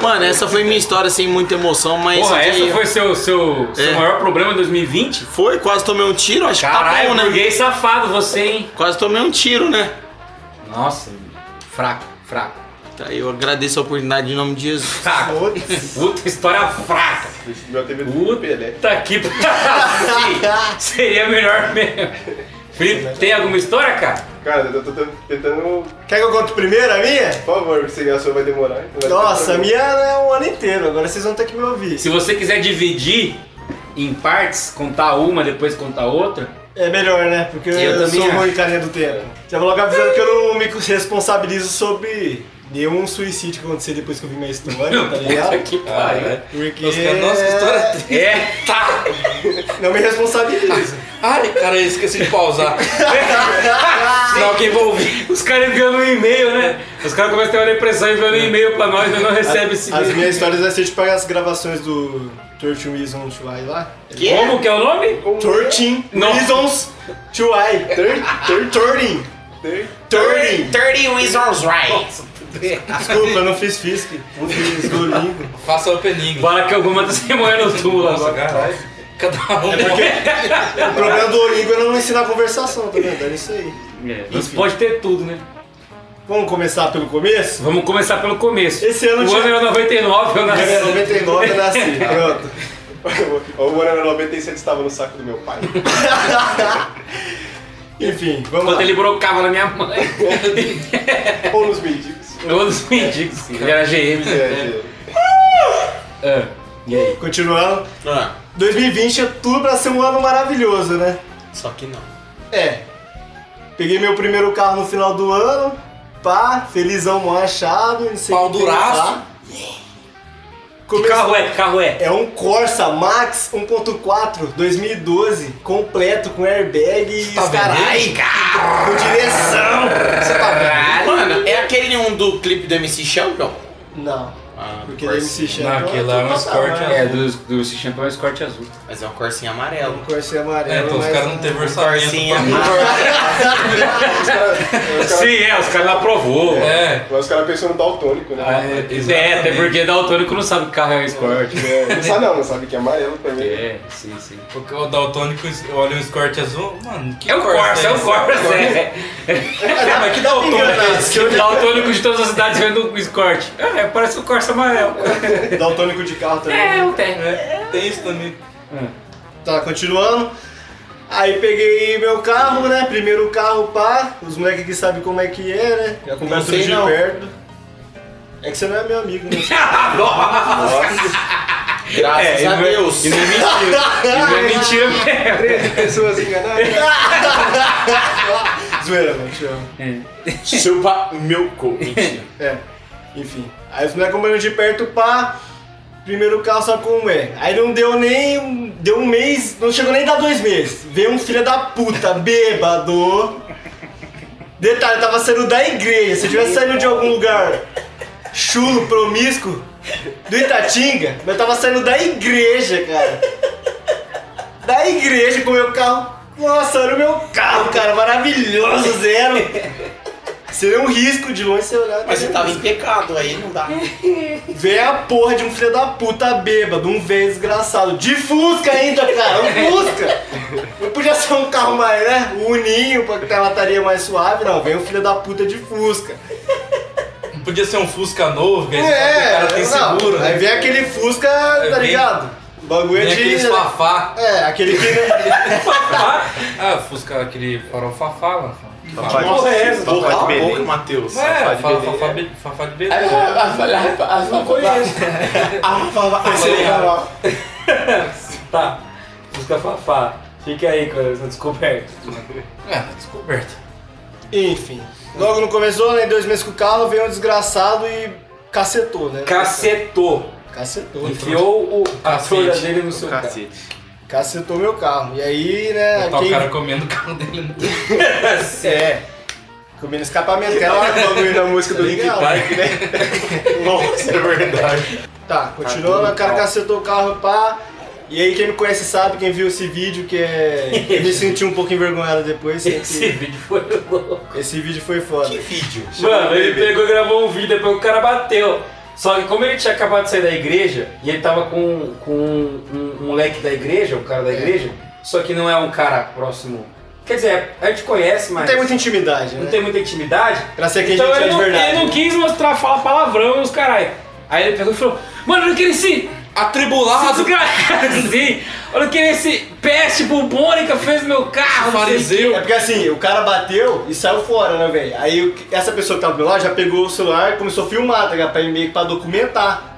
Mano, essa foi minha história sem muita emoção, mas. Porra, isso aqui- essa foi seu, seu, seu É. maior problema em 2020? Foi, quase tomei um tiro, acho que tá Caralho, bom, né? burguês safado você, hein? Quase tomei um tiro, né? Nossa, fraco, fraco. Tá, eu agradeço a oportunidade em nome de Jesus. Fraco. Puta história fraca. Esse Ah, meu teve do Pelé. Puta que *laughs* pariu. Seria melhor mesmo. Felipe, é. tem alguma história, cara? Cara, eu tô, tô tentando. Quer que eu conte primeiro a minha? Por favor, porque se a sua vai demorar. então vai Nossa, a ficar- minha é um ano inteiro, agora vocês vão ter que me ouvir. Se você quiser dividir em partes, contar uma, depois contar outra. É melhor, né? Porque eu, Eu também sou acho. ruim em carinha do tema. Já vou logo avisando que eu não me responsabilizo sobre nenhum suicídio que aconteceu depois que eu vi minha história, tá Puta ligado? que pariu. Porque Os caras, Ah, é. nossa, que história Ah, triste. É, tá. não me *laughs* responsabilizo. Ai, cara, eu esqueci de *laughs* pausar. Senão quem vai ouvir. Os caras enviando um e-mail, né? Os caras começam a ter uma depressão enviando um e-mail pra nós, nós não recebe esse As e-mail. minhas histórias vai ser tipo as gravações do 13 Reasons Why lá. Como que é o nome? 13 Não. Reasons to Why. 13. 13. 30 Wizards Right! Desculpa, eu não fiz fisque. Não fiz Duolingo. *laughs* Faça o opening. Para que alguma tá sem moeda no túmulo Nossa, agora. caralho. Cada É um. O problema do Duolingo é não ensinar conversação, tá vendo? É isso aí. É, você pode ter tudo, né? Vamos começar pelo começo? Vamos começar pelo começo. Esse ano o tinha- ano É, era 99, eu nasci. é Era 99 eu nasci, *laughs* pronto. O Moreno 97 estava no saco do meu pai. *laughs* Enfim, vamos Enquanto lá. ele brocava na minha mãe. Ou nos mendigos. Eu dos mendigos, sim. Ele era GM. É, né? é. Ah, Continuando. Ah, 2020 é tudo pra ser um ano maravilhoso, né? só que não. É. Peguei meu primeiro carro no final do ano. Pá, felizão, mão achado, não sei o Pau que duraço. lá. Que Come- carro é? Que carro é? É um Corsa Max 1.4 2012, completo com airbag e Tá os vendo? carai, com direção. Você tá vendo? Mano, é aquele um do clipe do MC Champion? Não, Ah, porque ele MC Champion. Não, aquilo lá é um Escort, É, do, do Sistema é um escorte azul. Mas é um corsinho Um amarelo. Corsa amarelo. É, então os mas- caras não teve Corsinha orçamento. amarelo. Os *laughs* Sim, *laughs* é, os caras lá aprovou. pra- É. caras cara pensam no daltônico, né? Ah, é, É, até exatamente. porque daltônico não sabe que carro é escorte. É, não sabe não, não sabe que é amarelo também. É, sim, sim. Porque o Daltônico olha um escorte azul. Mano, que né? É o Corsa, é o esse? Corsa, é. Ah, mas que Daltônico? Enganado, que eu- Daltônico Tá de todas as cidades vendo o escorte. É, parece o Corsa amarelo. Daltônico de carro também. É, tem isso também. Tá, continuando. Aí peguei meu carro, né? Primeiro carro, pá. Os moleques aqui sabem como é que é, né? Já Não conversa sei de não. perto. É que você não é meu amigo, *laughs* né? Graças É, a e não é- Deus. E não é mentira. E não é mentira mesmo. Três pessoas enganadas. Zoeira, mano, te amo. Chupa meu cu. Mentira. É, enfim. Aí os moleques acompanhando de perto, pá. Primeiro carro, sabe como é? Aí não deu nem. um- Deu um mês, não chegou nem a dar dois meses. Veio um filho da puta, bêbado. Detalhe, tava saindo da igreja. Se eu tivesse saindo de algum lugar chulo, promíscuo, do Itatinga, eu tava saindo da igreja, cara. Da igreja com o meu carro. Nossa, olha o meu carro, cara, maravilhoso, zero. Seria um risco de longe você olhar. *laughs* Mas você tava em pecado aí, não dá. Vem a porra de um filho da puta bêbado, um velho desgraçado. De Fusca ainda, cara, um Fusca! Não podia ser um carro mais, né? O Uninho, pra que ela estaria mais suave, não. Vem um filho da puta de Fusca. Não podia ser um Fusca novo, que aí é, o cara tem não. seguro, né? É, Aí vem aquele Fusca, tá vem- ligado? O bagulho é Tem de. aquele *laughs* fafá. É, aquele *laughs* que. Ah, Fusca, aquele farol fafá lá. Fafá. Nossa, porra é essa? Porra, Fala de a boca, Matheus. É, fala fafá be- fafá de beleza. Não conheço. Tá. Busca Fafá. Fique aí com essa descoberta. É, descoberto. Enfim. Logo não começou, né? Dois meses com o carro, veio um desgraçado e cacetou, né? Cacetou. Cacetou. então. Enfiou o, a Cacete. folha dele no seu carro. Cacete. Cacetou meu carro. E aí, né? Tá o quem- cara comendo o carro dele. né? É. Comendo escapamento, que era o bagulho da música do Link Park, né? Nossa, é verdade. Tá, continuando, o cara cacetou o carro, pá. E aí quem me conhece sabe, quem viu esse vídeo, que é. Eu me senti um pouco envergonhado depois. sei que- Esse vídeo foi louco. Esse vídeo foi foda. Mano, ele pegou e gravou um vídeo, depois o cara bateu. Só que como ele tinha acabado de sair da igreja, e ele tava com, com um, um- um moleque da igreja, um cara da igreja, só que não é um cara próximo. Quer dizer, a gente conhece, mas Não tem muita intimidade, não né? tem muita intimidade. Pra ser quem Então a gente ele é de não, ele não verdade. quis mostrar, fala palavrão os caralho. Aí ele pegou e falou, mano, olha que ele se... Ah, *laughs* Atribulado, Assim, olha o que esse peste bubônica fez no meu carro. não sei o quê. fariseu. É porque assim, o cara bateu e saiu fora, né, velho? Aí o- essa pessoa que tava do meu lado já pegou o celular e começou a filmar, tá ligado? Pra, meio que pra documentar.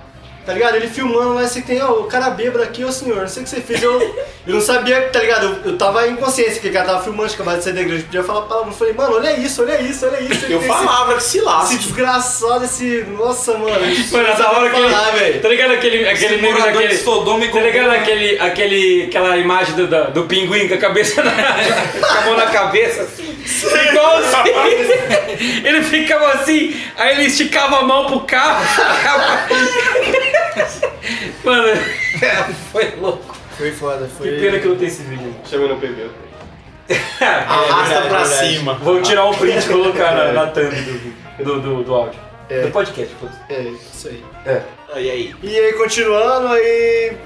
Tá ligado? Ele filmando lá, você tem, ó, o cara bêbado aqui, ó senhor, não sei o que você fez, eu, eu não sabia, tá ligado? Eu, eu tava inconsciente, que o cara tava filmando, tinha acabado de sair da igreja, podia falar palavra. Eu falei, mano, olha isso, olha isso, olha isso. Eu Esse- falava que se Esse lasca. desgraçado, esse. Nossa, mano. Mano, essa hora que falar, ele, velho. tá ligado aquele, aquele meme morador daquele, de Sodoma e tá ligado Gomorra. aquele, aquele, aquela imagem do, do, do pinguim com a cabeça na, *laughs* com a mão na cabeça, assim, igualzinho, ele ficava assim, aí ele esticava a mão pro carro, *laughs* mano, É, foi louco, Foi foda, que foi. pena que não tem esse vídeo, Chama no PB. Arrasta verdade, pra verdade. cima. *laughs* vou tirar um print e colocar na, na thumb do, vídeo, do, do, do áudio, É. do podcast, foda-se. É, isso aí. é. Ah, E aí? E aí, continuando, aí.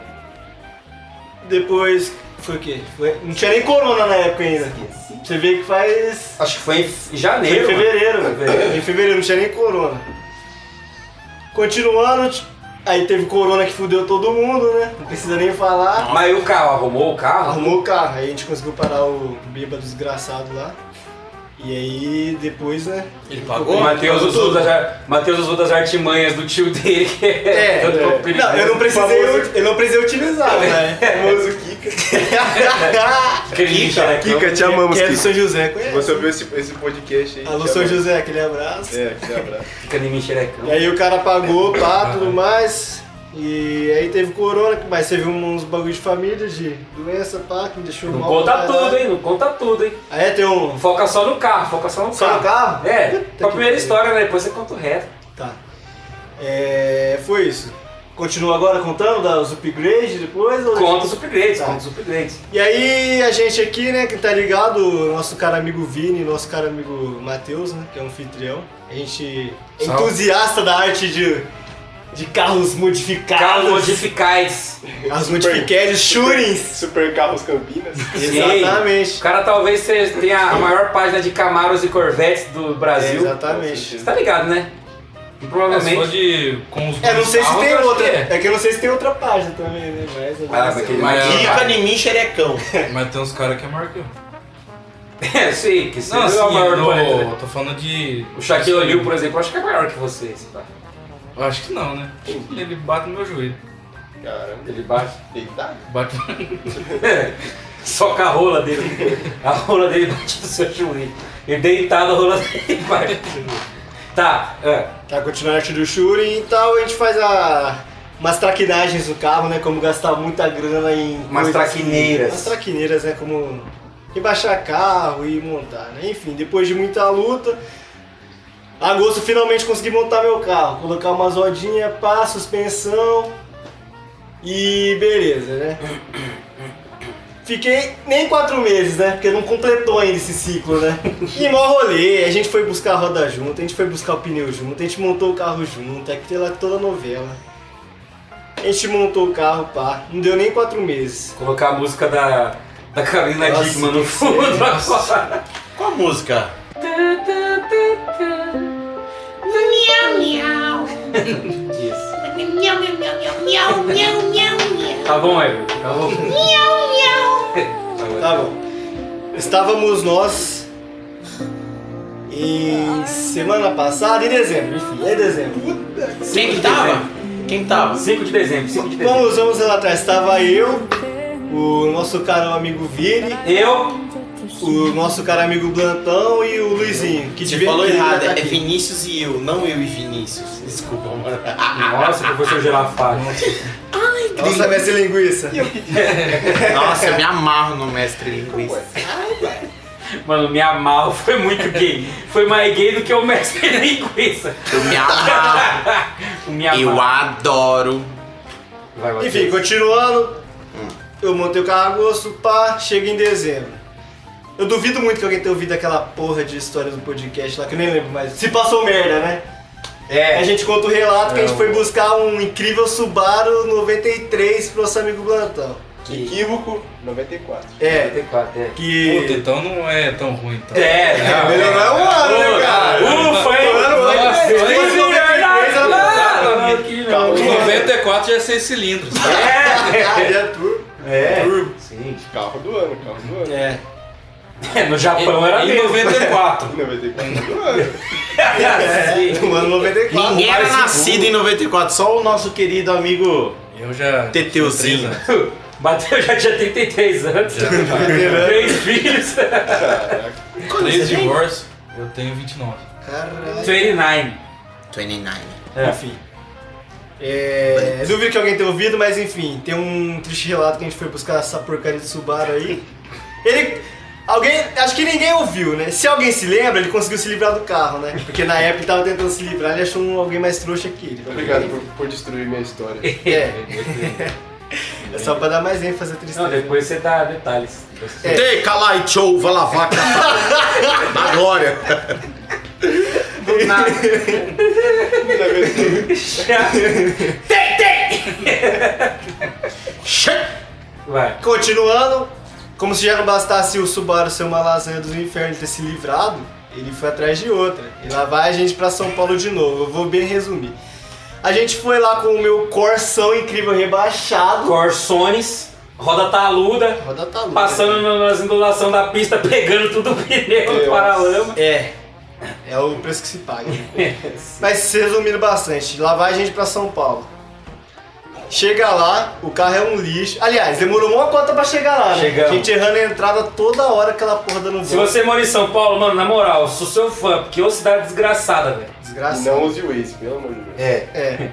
Depois. Foi o quê? Foi- Não tinha nem corona na época ainda. Você vê que faz. acho que foi em Foi em janeiro, mano. fevereiro, velho. Em fevereiro, não tinha nem corona. Continuando, t- aí teve corona que fudeu todo mundo, né? Não precisa nem falar. mas aí o carro, arrumou o carro? Arrumou o carro, aí a gente conseguiu parar o bêbado desgraçado lá. E aí, depois, né? Ele O pagou? Matheus tudo. usou, das, ar- Matheus usou das artimanhas do tio dele. que é todo perigoso. Não, eu não precisei, Famoso. eu não precisei utilizar, né? Famoso Kika. Aquele lixo, né? Kika, te amamos, Que é do Kika. São José, conhece? Você ouviu esse, esse podcast aí? Alô, te São amamos. José, aquele abraço. É, aquele abraço. Fica ali me E xerecão. aí o cara pagou, pá, tudo mais. E aí teve corona, mas teve um, uns bagulho de família, de doença, pá, que me deixou Não mal. conta pra tudo, caralho. hein? Não conta tudo, hein? Aí é, tem um... Foca só no carro, foca só no Só carro. no carro? É, Puta foi a que primeira pariu. história, né? Depois você conta o resto. Tá. É... Foi isso. Continua agora contando dos upgrades depois? Ou... Conta os upgrades, Tá. conta os upgrades. E aí a gente aqui, né, que tá ligado, nosso cara amigo Vini, nosso cara amigo Matheus, né, que é um anfitrião. A gente é Salve. entusiasta da arte de, de carros modificados, Carro modificais. carros modificados, shootings. Super Carros Campinas. *laughs* O Exatamente. cara talvez seja- tenha a maior página de Camaros e Corvettes do Brasil. Exatamente. Você tá ligado, né? E É só provavelmente. de. Com os É, não sei se carros, tem um. eu acho outra. que É. que eu não sei se tem outra página também, né? Mas. Ah, mas aquele Mas- Kika em mim, xerecão. é. Mas tem uns caras que é maior que eu. É, sim, que *laughs* Não, seja assim, o maior do planeta. eu tô falando de. O Shaquille O'Neal, por exemplo, acho que é maior que você. esse cara. Eu acho que não, né? Ele bate no meu joelho. Caramba, Ele bate. deitado. Bate Soca a rola dele. A rola dele bate no seu joelho. Ele deitado, a rola dele *laughs* bate no seu joelho. Tá, é. Tá continuando a arte do shooting e tal, a gente faz a. Umas traquinagens no carro, né? Como gastar muita grana em. Umas coisas- assim. traquineiras. Umas traquineiras, né? Como rebaixar carro e montar, né? Enfim, depois de muita luta, agosto finalmente consegui montar meu carro. Colocar umas rodinhas, pá, suspensão e beleza, né? Fiquei nem quatro meses, né? Porque não completou ainda esse ciclo, né? E mó rolê, a gente foi buscar a roda junto, a gente foi buscar o pneu junto, a gente montou o carro junto, é aquela toda a novela. A gente montou o carro, pá, não deu nem quatro meses. Colocar a música da, da Carolina Nossa, Dickman no que fundo sério, *laughs* agora. Qual a música? Meow, meow. Isso. Meow, meow, meow, meow, meow, meow, meow. Tá bom, Ever. Tá bom. Meow, meow. Tá bom. Estávamos nós em semana passada, em dezembro, enfim, é dezembro. Quem que tava? Quem que tava? 5 de dezembro, 5 de dezembro. Vamos, vamos lá atrás, estava eu, o nosso cara amigo Vini, Eu, o nosso cara amigo Blantão e o Luizinho, que Você devia- falou que devia errado, tá é aqui. Vinícius e eu, não eu e Vinícius. Desculpa, mano. nossa, professor Gelafado. Nossa, mestre linguiça. Nossa, eu me amarro no mestre linguista. Mano, me amarro, foi muito gay. Foi mais gay do que o mestre *laughs* linguiça. Eu *laughs* me amarro. O me Eu amarro. adoro. Vai, vai, Enfim, continuando. eu montei o carro em agosto, pá, chega em dezembro. Eu duvido muito que alguém tenha ouvido aquela porra de histórias do podcast lá, que eu nem lembro mais. Se passou merda, né? A gente conta o relato que a gente foi buscar um incrível Subaru 93 pro nosso amigo Blantão. Equívoco 94. É, 94, é. *laughs* Puta, que... então não é tão ruim. Então. É, Uh, não. Melhorou é um ano, né, cara? Ufa, hein? Melhorou, né? Nossa, Desde olha esse 93 era Ah, mudado, não, amigo. aqui, Calma. não. O 94 já é 6 cilindros. É, é turbo. Turbo. Sim. Carro do ano, carro do ano. É. É, no Japão era Em mesmo. 94. 94 do *laughs* ano. É, no ano 94. Ninguém era Mas- nascido em 94, só o nosso querido amigo Eu já. Teteuzinho. tinha três anos. Bateu já tinha 33 anos. Três filhos. Caraca. Três divórcios, eu tenho 29. Caralho. 29. 29. Enfim. É, duvido que alguém tenha ouvido, mas enfim, tem um triste relato que a gente foi buscar essa porcaria de Subaru aí. Ele. Alguém. Acho que ninguém ouviu, né? Se alguém se lembra, ele conseguiu se livrar do carro, né? Porque na época ele tava tentando se livrar, ele achou um- alguém mais trouxa que ele. Obrigado por, por destruir minha história. É, *laughs* é só pra dar mais ênfase à Não, tristeza. depois você dá detalhes. Depois você- Te calai, tchou, vai lavar, *laughs* Na glória. Do nada. Primeira vez que eu- Vai. Continuando, como se já não bastasse o Subaru ser uma lasanha dos infernos ter se livrado, ele foi atrás de outra. E lá vai a gente pra São Paulo de novo. Eu vou bem resumir. A gente foi lá com o meu Corsão incrível rebaixado. Corsones, roda taluda, Roda tá louca. passando no- nas ondulações da pista, pegando tudo o pneu no Deus. paralama. É. É o preço que se *laughs* paga. Mas se resumindo bastante, lá vai a gente pra São Paulo. Chega lá, o carro é um lixo. Aliás, demorou uma cota pra chegar lá, né? Chegamos. A gente errando a entrada toda hora, aquela porra dando Se volta. você mora em São Paulo, mano, na moral, sou seu fã, porque ô cidade desgraçada, velho. Desgraça. Não use o Waze, pelo amor de Deus. É.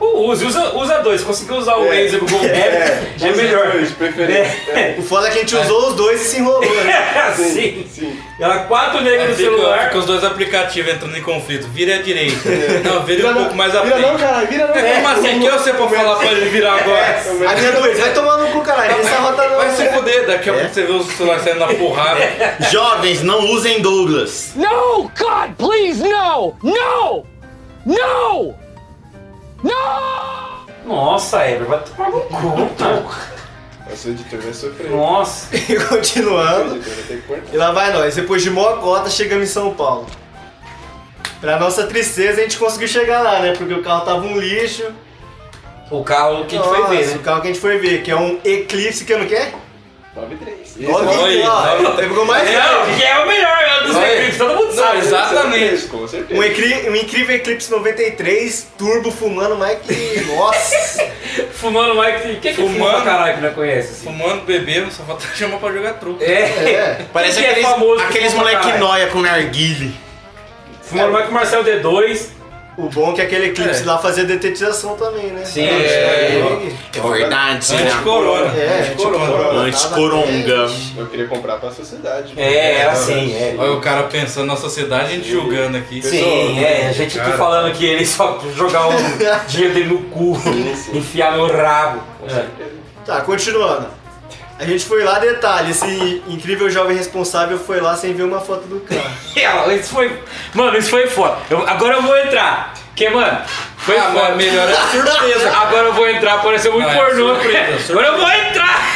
Ô, Use, usa, usa dois. Conseguiu usar o É. Waze e o Google Maps, é, Use melhor. dois, De preferência. É. O foda é que a gente usou os dois e se enrolou, né? Sim. Sim. Ela quatro negros Aí no É, fica, celular. fica os dois aplicativos entrando em conflito. Vira à direita. Não, vira, um não, pouco mais à É. Vira frente. não, cara, É, vira não. Como assim? Que eu sei pra falar pra tá ele virar É, agora? A minha é dois, vai tomar no cu, caralho. Essa rota não. Vai se fuder, daqui É. a pouco você vê o celular saindo na porrada. É. Jovens, não usem Douglas. No! God, please, no! No! No! Nossa, Eber, vai tomar no cu, tá? Nossa, o editor vai sofrer. Nossa. E *laughs* O continuando. editor vai ter que cortar. E lá vai nós. Depois de mó cota, chegamos em São Paulo. Pra nossa tristeza, a gente conseguiu chegar lá, né? Porque o carro tava um lixo. O carro que a gente foi Nossa, ver, O né? carro que a gente foi ver, que é um Eclipse, que ano que é? 9-3. Nove- aí, ó, nove- ele ficou mais Não, que é o melhor dos Olha. eclipses, todo mundo Não, sabe. exatamente. Com certeza. Um, ecri- um incrível Eclipse 93, turbo fumando, mas que. Nossa! Fumando mais que. que fumando Fumando. pra caralho que não conhece? Assim? Fumando, bebendo, só falta *laughs* chamar pra jogar truco. É. É. Parece Quem que é aqueles, famoso que aqueles fuma moleque caralho? noia com narguile. Fumando mais que o Marcel D2. O bom é que aquele Eclipse É. lá fazia detetização também, né? Sim. É. É verdade, né? Anti-corona. É, tipo, Anti-corona. Anticoronga. Eu queria comprar pra sociedade. É, era assim, é. Olha o cara pensando na sociedade, a gente julgando aqui. Sim, é, a gente aqui né? Cara. falando que ele só jogar *laughs* o dinheiro dele no cu, Sim, sim. enfiar no rabo. Tá, continuando. A gente foi lá, detalhe, esse incrível jovem responsável foi lá sem ver uma foto do carro. É, ó, Isso foi. Mano, isso foi foda. Eu- agora eu vou entrar. Porque, mano, foi Ah, foda. mas melhor é a surpresa. Agora eu vou entrar, pareceu muito Não, é pornô. surpresa, surpresa. Agora eu vou entrar!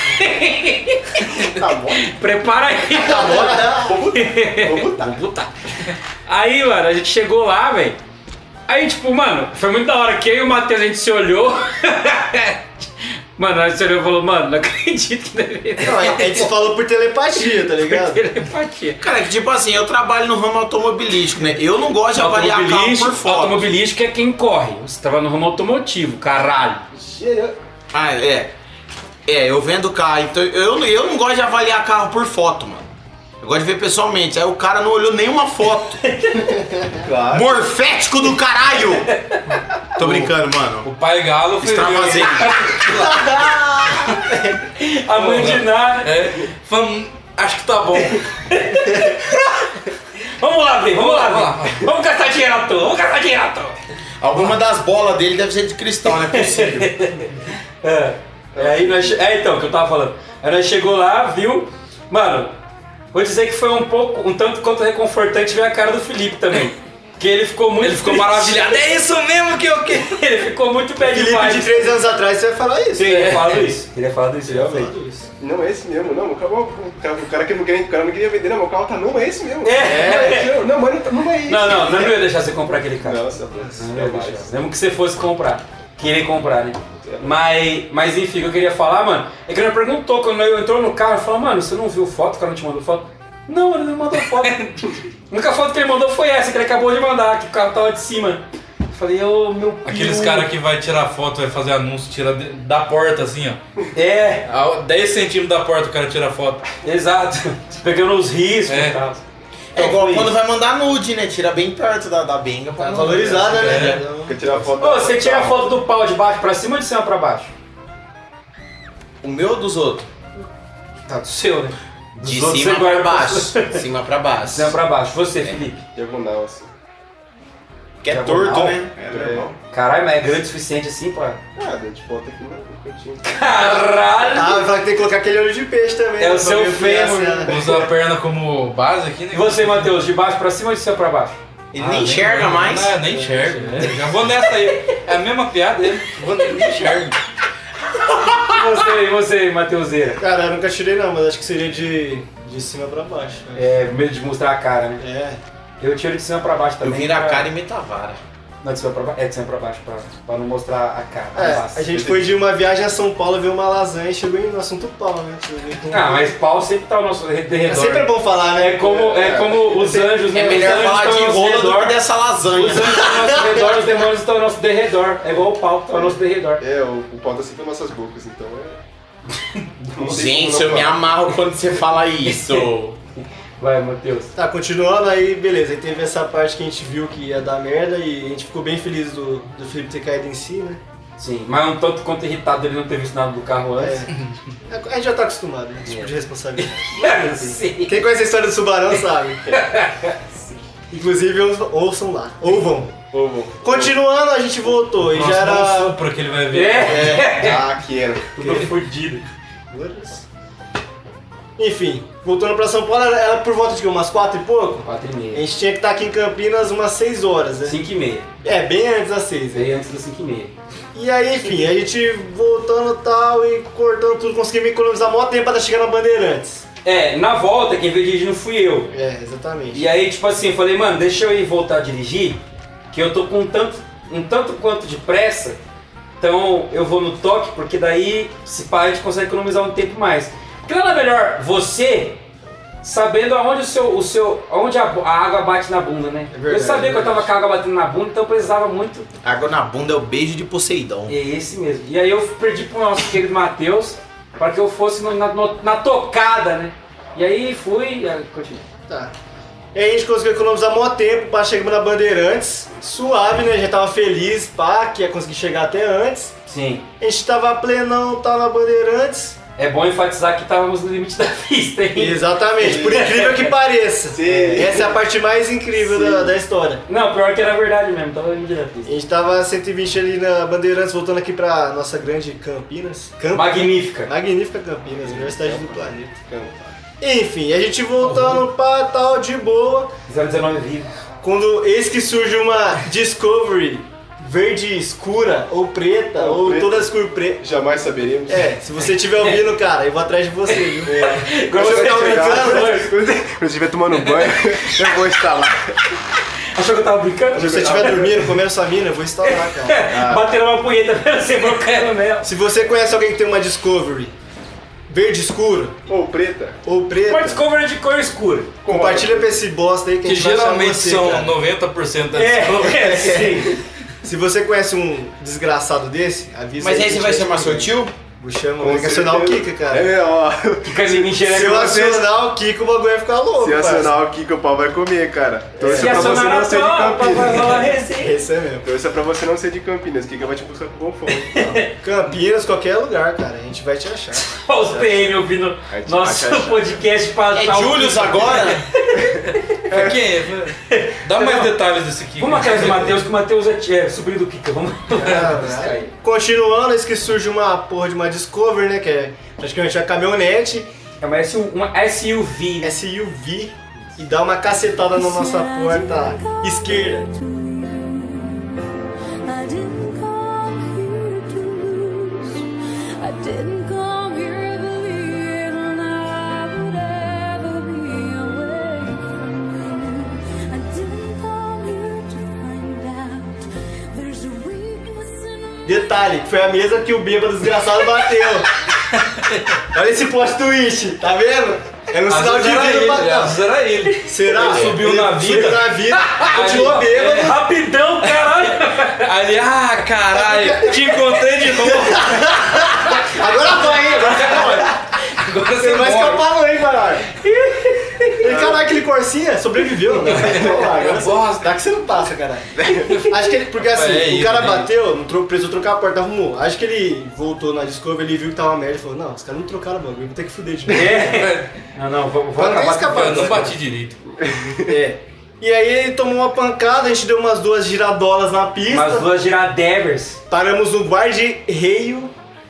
Tá bom, Prepara aí, tá bom? vou botar. Vou botar. Vou botar. tá. Aí, mano, a gente chegou lá, velho. Aí, tipo, mano, foi muito da hora que eu e o Matheus, a gente se olhou. *laughs* mano, a gente se olhou e falou, mano, não acredito que deve *laughs* Não, a gente falou por telepatia, tá ligado? telepatia. Cara, é que tipo assim, eu trabalho no ramo automobilístico, né? Eu não gosto de avaliar carro por Automobilístico, foto. automobilístico é quem corre. Você tava no ramo automotivo, caralho. Ah, é. É, eu vendo carro, então eu, eu não gosto de avaliar carro por foto, mano. Eu gosto de ver pessoalmente. Aí o cara não olhou nenhuma *laughs* foto. Claro. Morfético do caralho! Tô brincando, mano. O pai galo foi Extravasei. A mãe de nada. É, fam- acho que *laughs* tá bom. Vamos lá, ver, vamos lá, Vamos lá, ver. Vamos gastar dinheiro à toa, vamos gastar dinheiro à toa. né? Alguma das bolas dele deve ser de cristal, não é possível. É. É, aí nós, che- é então, que eu tava falando. Aí nós chegou lá, viu. Mano, vou dizer que foi um pouco, um tanto quanto reconfortante ver a cara do Felipe também. Porque ele ficou muito. Ele ficou triste. maravilhado. É isso mesmo que eu quero. *laughs* ele ficou muito bad Felipe de vibes. 3 anos atrás você vai falar isso. Ele teria É. falado isso. Teria falado isso, realmente. Não é esse mesmo, não. O cara, o cara, o cara que não queria, o cara não queria vender, não. O carro tá, não é esse mesmo. É. não, não, mas não, tá- não é isso. Não, não, não ia deixar você comprar aquele carro. Nossa, putz, Não é ia deixar. mais. Mesmo que você fosse comprar. Querer comprar, né? Mas, mas enfim, o que eu queria falar, mano, é que ele perguntou quando eu entrou no carro, ele falou, mano, você não viu foto? O cara não te mandou foto? Não, ele não mandou *laughs* foto. a única foto que ele mandou foi essa, que ele acabou de mandar, que o carro tava de cima. Eu falei, ô meu piu. Aqueles caras que vai tirar foto, vai fazer anúncio, tira de- da porta assim, ó. É, A 10 centímetros da porta o cara tira foto. exato. *laughs* Pegando os riscos É. e tal. É Então, igual foi quando isso. vai mandar nude, né? Tira bem perto da, da benga pra não- Valorizada, é. né? Quer tirar foto. Ô, você tira a foto do pau de baixo pra cima ou de cima pra baixo? O meu ou dos outros? Tá do seu, né? Dos De outros cima você guarda pra pra baixo. De cima pra De baixo. cima pra baixo. Você, Felipe. Diagonal, assim. Que é Diagonal. torto, né? É normal. Caralho, mas é grande o suficiente assim pra. Ah, deu de foto aqui no cantinho. Caralho! Ah, vai falar que tem que colocar aquele olho de peixe também. É o né, seu pra ver fêmur. criança, né? Usa a perna como base aqui, né? E você, Matheus, de baixo pra cima ou de cima *laughs* pra baixo? Ele Ah, né? nem enxerga lembro. mais. Não, nem enxerga. né? Já vou nessa aí. É a mesma piada dele. Vou nem enxerga. E você, e você, Matheuseira? Cara, eu nunca tirei não, mas acho que seria de, de cima pra baixo. né? É, medo de mostrar a cara, né? É. Eu tiro de cima pra baixo Eu também. é. viro a pra- cara e meto a vara. Não, de cima pra baixo. É, de cima pra baixo, pra, pra não mostrar a cara. É, a face. a gente foi de uma viagem a São Paulo, viu uma lasanha e chegou no assunto pau, né? Ah, mas pau sempre tá ao nosso re- de É redor. sempre bom falar, né? É como, é como os anjos, né? É melhor os anjos falar estão de ao nosso rola do que redor. dessa lasanha. Os anjos estão ao nosso *laughs* redor, os demônios estão ao nosso derredor. É igual o pau que tá ao nosso derredor. É, o, o pau tá sempre nas nossas bocas, então é. *laughs* Não sei como Gente, não eu me falar. amarro quando você fala isso. Vai, Matheus. Tá, continuando aí, beleza. Aí teve essa parte que a gente viu que ia dar merda e a gente ficou bem feliz do, do Felipe ter caído em si, né? Sim, mas um tanto quanto irritado ele não ter visto nada do carro antes. É. A gente já tá acostumado, né? Esse tipo de É. responsabilidade. *laughs* É. Sim. Quem conhece a história do Subarão *laughs* sabe. Inclusive, ouçam- ouçam lá. Ou vão. Ô, vô. Continuando, a gente voltou e Nossa, já dá um era. sopro que ele vai ver. É, Ah, que era. eu tô fudido. tipo, Enfim, voltando pra São Paulo, era- era por volta de umas quatro e pouco? Quatro e A meia. gente tinha que estar aqui em Campinas umas 6 horas, né? Cinco e meia. É, bem antes das 6, né? Veio antes das cinco e meia. E aí, enfim, a gente voltando e tal e cortando tudo, conseguimos economizar mó tempo pra tá chegando a Bandeirantes. É, na volta quem veio dirigindo fui eu. É, exatamente. E aí, tipo assim, eu falei, mano, deixa eu ir voltar a dirigir, que eu tô com um tanto, um tanto quanto de pressa, então eu vou no toque, porque daí, se pá, a gente consegue economizar um tempo mais. Porque nada melhor você sabendo aonde o seu. O seu aonde a, a água bate na bunda, né? É verdade, eu sabia é que eu tava verdade. com a água batendo na bunda, então eu precisava muito Água na bunda é o beijo de Poseidon. É esse mesmo. E aí eu perdi pro nosso querido Matheus para que eu fosse no- na, no- na tocada, né? E aí fui. e aí Continua. Tá. E aí a gente conseguiu economizar mó tempo pra chegar na Bandeirantes. Suave, né? A gente tava feliz, pá, que ia conseguir chegar até antes. Sim. A gente tava plenão, tá na Bandeirantes. É bom enfatizar que estávamos no limite da pista, hein? Exatamente, por incrível que pareça. Sim. Essa é a parte mais incrível da, da história. *laughs* Não, pior que era verdade mesmo, tava no limite da A pista. gente tava 120 ali na Bandeirantes, voltando aqui pra nossa grande Campinas. Camp- Magnífica. Magnífica Campinas, melhor cidade do planeta. Enfim, a gente voltando pra tal de boa, 019 vivo. quando eis que surge uma Discovery verde escura, ou preta, Ou ou preta. todas as cores pretas. Jamais saberemos. É, se você estiver ouvindo, cara, eu vou atrás de você, viu? É. Quando Quando você tá chegar- brincando, Quando eu estiver tomando é banho, eu vou instalar. Achou que eu tava brincando? se você estiver dormindo, comendo sua mina, eu vou instalar, cara. Bateram uma punheta pra você, brocando nela. Se você conhece alguém que tem uma Discovery verde escuro Ô, preta. ou Uma preta, Discovery é de cor escura. compartilha pra esse bosta aí que, a Que gente vai chamar geralmente você, são cara. 90% da É, desculpa. é, sim. Se você conhece um desgraçado desse, avisa Mas aí que você vai eu te chamar seu ajudo. tio? Vou chamar, vou acionar o Kika, cara. É, ó. Fica assim, me É enxerga Se eu com acionar o Kika, o bagulho vai ficar louco, Se parça. acionar o Kika, o pau vai comer, cara. Torça Se pra você acionar não a ser de tropa, vai *laughs* rolar Campinas. resenha. Esse é mesmo. Torça pra você não ser de Campinas. Kika vai te buscar com fome. *laughs* Campinas, qualquer lugar, cara. A gente vai te *laughs* achar. Olha os PM ouvindo Aí te nosso baixa, podcast pra É dar um- Julius agora? Pra quê? Dá mais detalhes desse aqui. Vamos atrás do Matheus, Ah, que o Matheus é, é sobrinho do Kika. Vamos. *laughs* Continuando, eis que surge uma porra de uma Discovery, né? Que é praticamente uma caminhonete, É uma SU uma SUV. né? SUV, e dá uma cacetada na nossa porta esquerda. I didn't come here to lose. I didn't come here believing I would ever be away from you. I didn't come here to find out there's a weakness in Detalhe, que foi a mesa que o bêbado desgraçado *laughs* bateu. Olha esse plot twist, tá vendo? Era um Às sinal de vezes era vida ele, pra às vezes era ele. Será? Ele subiu na vida. Subiu na vida, continuou *laughs* Aí, bêbado. *laughs* Rapidão, caralho! Ali, ah, caralho, te encontrei de novo. *laughs* Agora vai, hein? Agora vai. Agora Você você não vai morre. escapar não, hein, caralho? E, Caralho, aquele corsinha sobreviveu. *laughs* né? Vamos lá, agora Eu gosto. Dá que você não passa, *laughs* caralho. Acho que ele. Porque assim, Mas é o isso, cara né? bateu, não tro- precisou trocar a porta, arrumou. Acho que ele voltou na Discovery, ele viu que tava uma merda e falou: Não, os caras não trocaram o bagulho, vou ter que fuder de É, novo. É. Não, não, vou, vou Pra não acabar. escapar. Eu não bati direito. É. E aí ele tomou uma pancada, a gente deu umas duas giradolas na pista, Mas duas giradevers paramos no guarda-reio,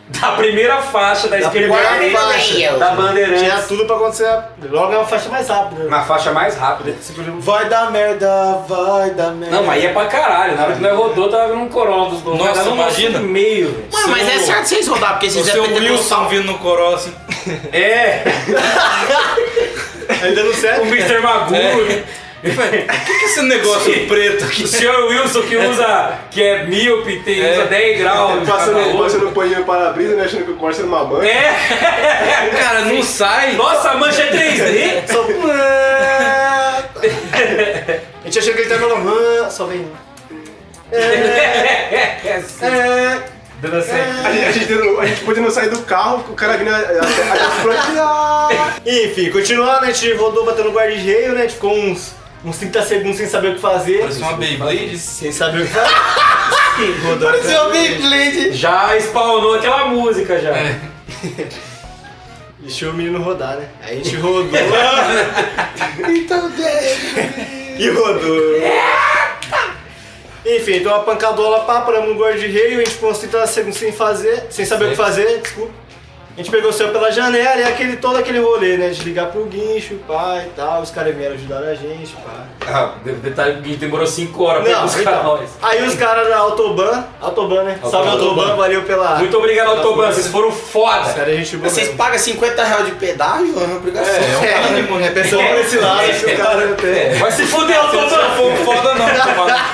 da primeira faixa da, da esquerda primeira direita, faixa. da Tinha Bandeirantes. tudo pra acontecer logo é uma faixa mais rápida. né? Uma faixa mais rápida. Vai dar merda, vai dar merda. Não, mas ia pra caralho. Na hora que nós rodou, tava vendo um corolla dos dois. Nossa, Cada um imagina. no meio. velho. Mano, mas é certo vocês rodar, porque O vocês seu devem ter um Wilson noção. vindo no corolla assim. É, Ainda não o Tá certo? Mr. Magoo. Eu falei, o que que é esse negócio preto aqui? O senhor Wilson que usa, que é míope, tem, É. usa 10 graus. Passando, passando paninho no para-brisa, né? Achando que o Corsa era uma banca. É, Cara, não sai. nossa, a mancha é 3D. Só. A gente achou que ele tava falando. "Ah", Só vem. É, Dando assim. A gente, a, gente, não- a gente podia não sair do carro, o cara vindo até a Enfim, continuando, a gente rodou batendo guarda-reio, né? A gente ficou uns, uns 30 segundos sem saber o que fazer. Parece uma Beyblade. Sem saber o que fazer. *laughs* Rodou. Seu Beyblade. Já spawnou aquela música já. Deixou o menino rodar, né? Aí a gente rodou. Então, Deus. e rodou. Enfim, deu uma pancadola pá, paramos no guarda-reio, a gente ficou uns 30 segundos sem fazer, sem saber o que fazer, desculpa. A gente pegou o céu pela janela e aquele, todo aquele rolê, né? De ligar pro guincho, pá e tal, os caras vieram ajudar a gente, pá. Ah, de- detalhe que demorou 5 horas pra ir Não, buscar então, nós. aí os caras da Autoban, Autoban, né? Salve Autoban, valeu pela. Muito obrigado, Tá Autoban, coisa. vocês foram Os foda. caras é gente boa. Vocês mesmo. pagam 50 reais de pedágio? É uma obrigação. É, é, pensando por esse lado, se o cara não tem. Vai se fuder, É. Não Autoban. foi *laughs* foda não, tomara.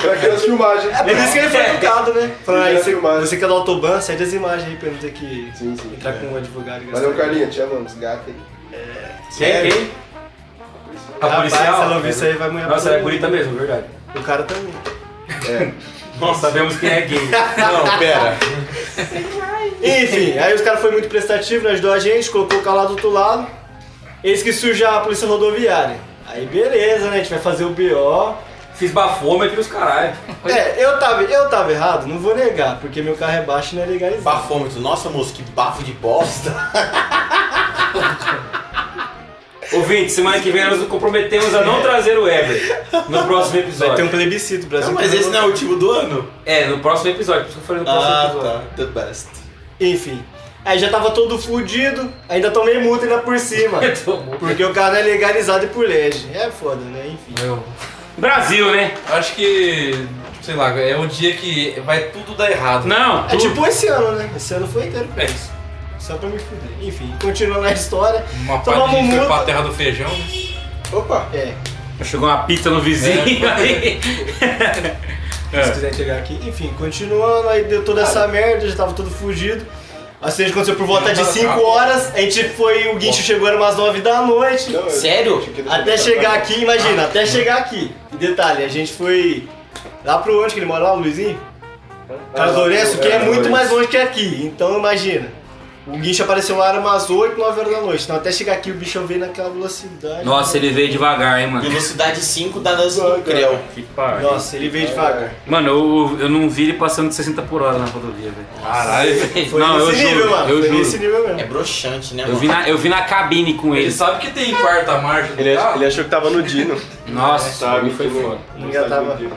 Pra *laughs* aquelas filmagens. É por isso que ele foi educado, né? Falando, Primeira aí, você, filmagem. você que é da Autoban, cede as imagens aí pra eu não ter que Sim, sim. entrar com um advogado. e gastar Tá Valeu, dinheiro. Carlinhos. Te amamos. Gato aí. Quem? Quem? A Rapaz, policial? se ela ouvir isso aí, vai mulher Nossa, pra ela é todo mundo. bonita mesmo, verdade. O cara também. Nós sabemos quem é gay. Não, pera. Enfim, aí os caras foram muito prestativos, né, ajudou a gente, colocou o carro lá do outro lado. Eis que surge a polícia rodoviária. Aí beleza, né? A gente vai fazer o BO. Fiz bafômetro e os caralho. É, eu tava, eu tava errado, não vou negar, porque meu carro é baixo e não é legalizado. Bafômetro. Nossa, moço, que bafo de bosta. Ouvinte, semana que vem nós nos comprometemos a É. não trazer o Ever *laughs* no próximo episódio. Vai ter um plebiscito, Brasil. Não, mas esse não é o último do um- ano? É, no próximo episódio, por isso que eu falei no próximo Ah, episódio. tá. The best. Enfim. Aí já tava todo fudido, ainda tomei multa ainda por *laughs* cima. Tomou. Porque o carro não é legalizado e por lege. É foda, né? Enfim. Eu Brasil, né? Ah, acho que, sei lá, é o dia que vai tudo dar errado. Não, É tudo. tipo esse ano, né? Esse ano foi inteiro pra É isso. Só pra me fuder. Enfim, continuando a história. Uma parte um tomamos que foi pra multa. terra do feijão. Opa. É, Chegou uma pizza no vizinho. É. se quiser chegar aqui. Enfim, continuando, aí deu toda essa merda, já tava todo fugido. O acidente aconteceu por volta de 5 horas, a gente foi, o guincho chegou era umas 9 da noite. Não, eu- Sério? Tinha que deixar Até ele chegar trabalhar. aqui, imagina, até chegar aqui. E detalhe, a gente foi lá pro onde que ele mora lá, o Luizinho? Carlos Ah, Lourenço, que é muito Lourenço. mais longe que aqui. Então imagina. O guincho apareceu lá era umas 8, 9 horas da noite. Então até chegar aqui o bicho veio naquela velocidade. Nossa, ele veio devagar, hein, mano. Velocidade 5 da dança do Creu. Que pariu. Nossa, ele veio devagar. Mano, eu, eu não vi ele passando de 60 por hora na rodovia, velho. Caralho. Foi não, eu nesse nível, juro, mano. eu foi juro. nesse nível É mesmo. broxante, né, Eu mano? vi na, eu vi na cabine com Ele ele. sabe que tem quarta marcha do Ele, ach- carro. ele achou que tava no Dino. Nossa, Ah. *laughs* Sabe? foi que não- é. foda. não Já sabe tava- o Dino.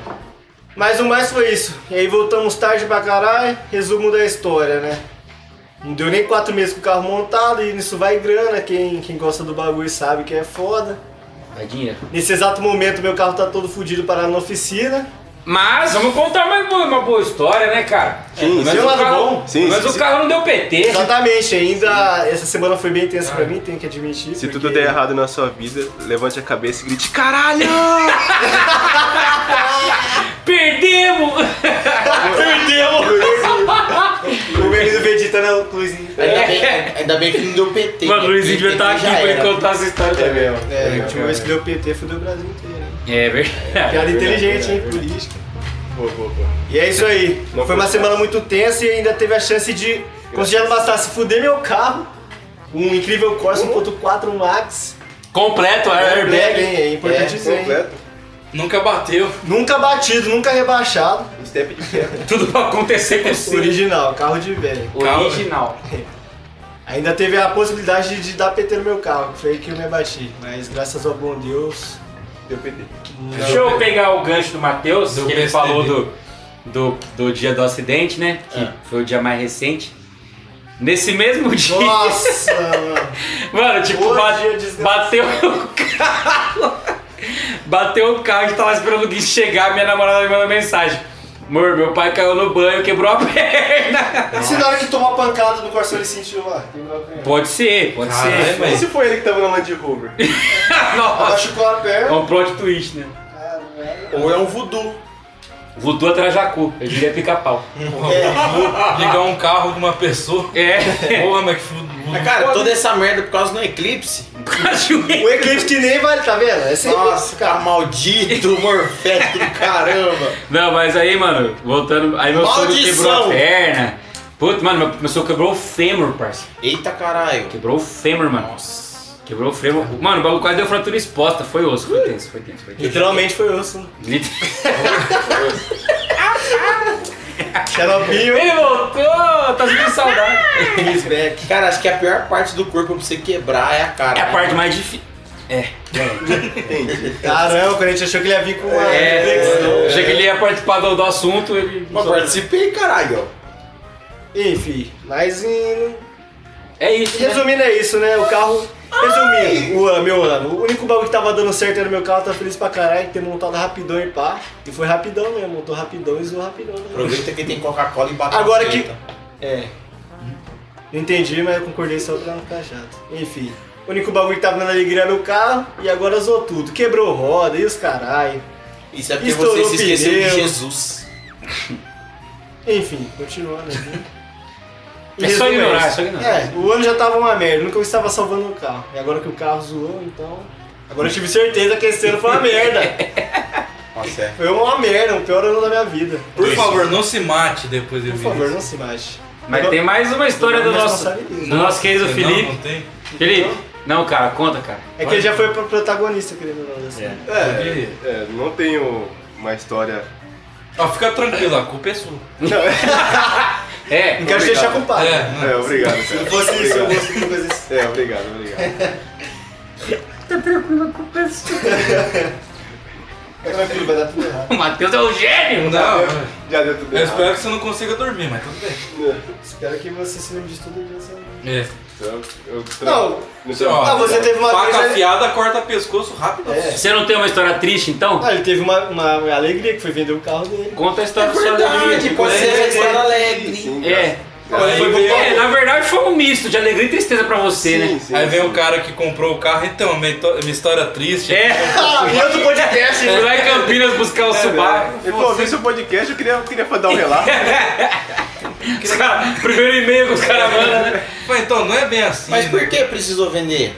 Mas o mais foi isso. E aí voltamos tarde pra caralho. Resumo da história, né? Não deu nem quatro meses com o carro montado e nisso vai grana. Quem, quem gosta do bagulho sabe que é foda. Dá dinheiro. Nesse exato momento, meu carro tá todo fudido parado na oficina. Mas vamos contar uma, boa- uma boa história, né, cara? Sim, mas sim, o lado carro, bom. Sim, mas sim, o sim. carro não deu PT. Exatamente, ainda essa semana foi bem tensa pra mim, tenho que admitir. Se porque- tudo der errado na sua vida, levante a cabeça e grite: Caralho! Perdemos! *laughs* O menino Vegeta não, inclusive. É, Ainda bem, ainda bem que não deu PT. Mano, o Luizinho devia PT tá estar aqui já pra ele era. contar essa história. É mesmo. É, a mesmo, última é vez mesmo. que deu PT foi do Brasil inteiro, hein? É verdade. Piada inteligente, verdade, é hein? verdade. Política. Boa, boa, boa. E é isso aí. Não foi foi uma fácil. semana muito tensa e ainda teve a chance de, como se já não bastasse fuder meu carro, um incrível Corsa 1.4 Max. Completo, Airbag, airbag. hein? É importante dizer. hein? Completo. Nunca *laughs* bateu. Nunca batido, nunca rebaixado. Step de ferro. Tudo pra acontecer com o Cid. Original, carro de velho. Calma. Original. Ainda teve a possibilidade de, de dar PT no meu carro, que foi aí que eu me abati. Mas graças ao bom Deus. Deu *laughs* PT. Deixa eu pegar o gancho do Matheus, Do que ele PSDB. falou do, do, do dia do acidente, né? Que foi o dia mais recente. Nesse mesmo dia. *laughs* Nossa, mano. Mano, tipo, Hoje bate- é desgraçado. bateu *laughs* o carro. Bateu o carro, a gente tava esperando o Gui chegar, minha namorada me mandou mensagem. Amor, meu pai caiu no banho, quebrou a *laughs* perna. E se na hora que tomou a pancada no Corsa ele sentiu lá? Pode ser, pode Caralho, ser. E mas- se foi ele que tava na Land Rover? *laughs* Nossa, Machucou a é perna. um plot twist, né? Ou é um voodoo. Voodoo atrás jacu, eu diria pica-pau. Ligar um carro de uma pessoa. É, *laughs* Porra, mas que fudido. Mas, cara, toda essa merda por causa do eclipse. um O Um eclipse que nem vale, tá vendo? É sempre Nossa, cara, Tá maldito, *laughs* morfético do caramba. Não, mas aí, mano, voltando. Aí meu sogro Maldição! quebrou a perna. Putz, mano, meu, meu sogro quebrou o fêmur, parça. Eita caralho. Quebrou o fêmur, mano. Nossa. Quebrou o fêmur. Mano, o bagulho quase deu fratura exposta. Foi osso, foi tenso, foi tenso, foi tenso. *laughs* Literalmente foi osso. né? Liter- Xaropinho Ele voltou! Tá sentindo saudade. e Lisbeck. Cara, acho que a pior parte do corpo pra você quebrar é a cara. É a parte mais difícil. É. Caramba, Ah, quando a gente achou que ele ia vir com uma É. reflexão. Achei que ele ia participar do, do assunto, ele. Mas participei, caralho. Enfim, mas em... É isso. né? resumindo é isso, né? O carro. Resumindo, o ano, meu ano. O único bagulho que tava dando certo era meu carro, tá feliz pra caralho, ter montado rapidão e pá. E foi rapidão mesmo, montou rapidão e zoou rapidão. Né? Aproveita que tem Coca-Cola e batata. Agora que- frita. então. É. Não entendi, mas eu concordei só pra não ficar chato. Enfim, o único bagulho que tava dando alegria era meu carro e agora zoou tudo. Quebrou roda e os caralho. Isso é porque Estourou você se esqueceu pneu. de Jesus. Enfim, continuando aqui. É só Resumo ignorar, esse. é só ignorar. É, o ano já tava uma merda, nunca eu estava salvando o carro. E agora que o carro zoou, então. Agora eu tive certeza que esse ano foi uma merda. Tá Nossa, é. Foi uma merda, o pior ano da minha vida. Por favor, não se mate depois de Por vir. favor, não se mate. Mas Eu- tem mais uma história do Não, nosso, responsabiliza. do nosso querido Não, Felipe. não tem? Felipe, não, cara, conta, cara. É que ele já foi pro protagonista, querendo ou não. Assim. É, é, não tenho uma história. Ah, fica tranquilo, a culpa é sua. É, Não quero te deixar culpado. É, É, obrigado, cara. Se fosse isso, eu fosse uma coisa assim. É, obrigado, obrigado. Tranquilo, vai dar tudo errado. o Matheus é um gênio! Não, Já deu tudo eu errado. espero que você não consiga dormir, mas tudo bem. Espero que você se lembre de tudo isso. É. Então, Eu- eu tra- Não, não Você, sei- ó, ah, você teve uma faca vez- afiada, corta pescoço rápido. É. Você não tem uma história triste, então? Ah, ele teve uma, uma alegria que foi vender o carro dele. Conta a história da sua alegria. tipo, pode ser é, uma história é. alegre. É. Aí, Foi vem, É, na verdade foi um misto de alegria e tristeza pra você, né? sim, aí vem sim. o cara que comprou o carro, então, minha, hito- minha história triste. É, Ah, e outro podcast, você vai em Campinas buscar É o Subaru. Ele falou, vem seu podcast, eu queria, eu *laughs* queria dar um relato. Os cara, primeiro e-mail que os caras mandam, né? Mas então, não é bem assim. Mas por né? que precisou vender?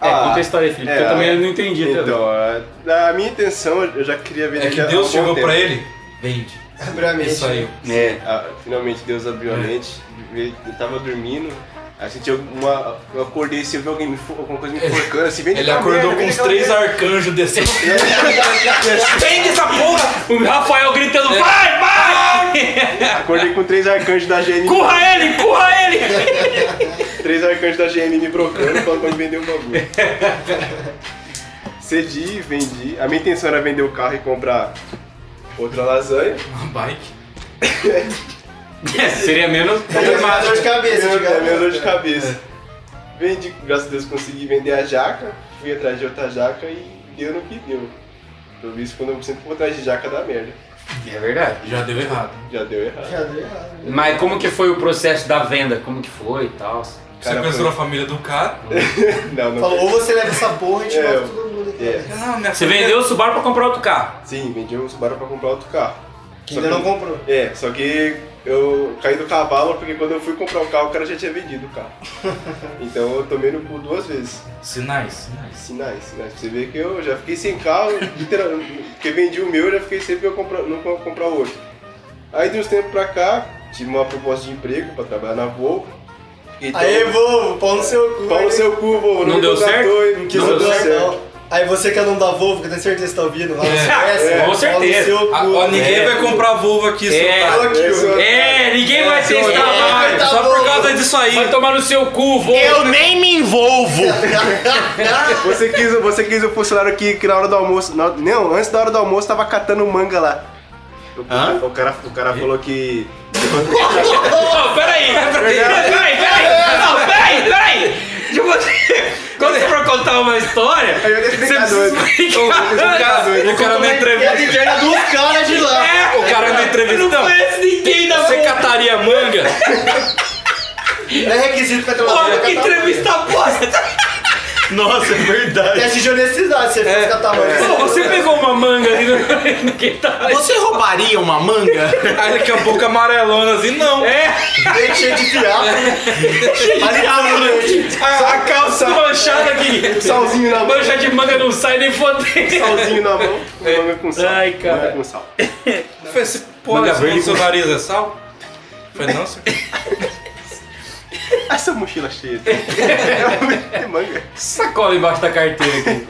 É, Ah, conta a história, Felipe, que eu é, também não entendi. até agora. Então, a, a minha intenção, eu já queria ver É que daqui a Deus um algum chegou tempo. pra ele, vende. Seguramente. Isso aí. É. Ah, finalmente Deus abriu a É. mente, eu tava dormindo, aí senti uma. Eu acordei assim, eu vi alguém me fo- alguma coisa me enforcando, assim, vem de Ele cá, acordou vem, com vem uns de cá, três vem. arcanjos descendo. Vende essa porra! O Rafael gritando, vai, vai! Acordei com três arcanjos da GM, Curra ele, curra ele! três arcanjos da GM me brocando, falando pra me vender um *laughs* bagulho. Cedi, vendi. A minha intenção Um *laughs* era vender o carro e comprar outra lasanha. Uma bike. É, Seria menos É Minha problemático. dor de né? É. cabeça, digamos. digamos. Minha dor de cabeça. Vendi, graças a Deus consegui vender a jaca, fui atrás de outra jaca e deu no que deu. Pelo visto, quando eu sempre vou atrás de jaca dá merda. *laughs* É verdade. Já deu errado. Já deu errado. Mas como que foi o processo da venda? Como que foi e tal? Você Cara, pensou na família do cara? Não, não. Falou, ou você leva essa porra e a gente É, mata todo mundo aqui. É. Ah, minha Você família- vendeu o Subaru pra comprar outro carro. Sim, vendi um Subaru pra comprar outro carro. Que Só ainda não que- comprou. É, só que eu caí do cavalo porque quando eu fui comprar o carro, o cara já tinha vendido o *laughs* carro. Então eu tomei no cu duas vezes. Sinais, sinais. Sinais, sinais. Pra Você vê que eu já fiquei sem carro, literalmente. Porque vendi o meu e já fiquei sem porque eu comprar, não vou comprar outro. Aí de uns tempos pra cá, tive uma proposta de emprego pra trabalhar na Volvo. Fiquei tão- Aí, Volvo, pau no seu cu. Então, Pau hein? no seu cu, Volvo. Não deu contratou e Que Não não deu certo. não. Aí você que é dono da Volvo, que eu tenho certeza que tá ouvindo, *laughs* lá É. você conhece, É, com pau no certeza. seu Ah, cu. ó, ninguém vai comprar Volvo aqui, tá? seu *laughs* É. otário. Aqui, Esse ó. É, ninguém vai ter esse é, trabalho. tá Só por bom. causa disso aí. Vai tomar no seu cu, vou. Eu nem me envolvo! Você quis, você quis o funcionário que, que na hora do almoço. na- não, antes da hora do almoço tava catando manga lá. Hã? O cara, o cara falou que. Não, peraí, peraí, peraí, peraí, não, peraí, peraí. Tipo assim, Quando você for contar uma história, Aí eu você deixei precisa É doido. explicar. Cara, o cara na E a entrevista. interna É dos caras de lá. É, O cara na entrevista. eu não Não, conheço ninguém da você boca. cataria manga? Não é requisito pra ter uma Porra, vida tá que catamante. entrevista bosta. Nossa, é verdade! Teste de honestidade, você É, fez catamante. Pô, você pegou uma manga ali no, *laughs* no quintal. Você roubaria uma manga? Aí daqui a pouco amarelona assim, não. É, Dente cheio de *laughs* fiado. Ali tá no né? leite. Ah, A, a calça. manchada aqui. Salzinho na mão. Mancha de manga não sai nem fodendo. Salzinho *laughs* na mão. Manga com sal. É. Ai, cara. Manga com sal. Foi esse porra, Manga esse verde. seu nariz é sal? Foi não, senhor. Essa mochila cheia. de *laughs* manga. Sacola embaixo da carteira aqui.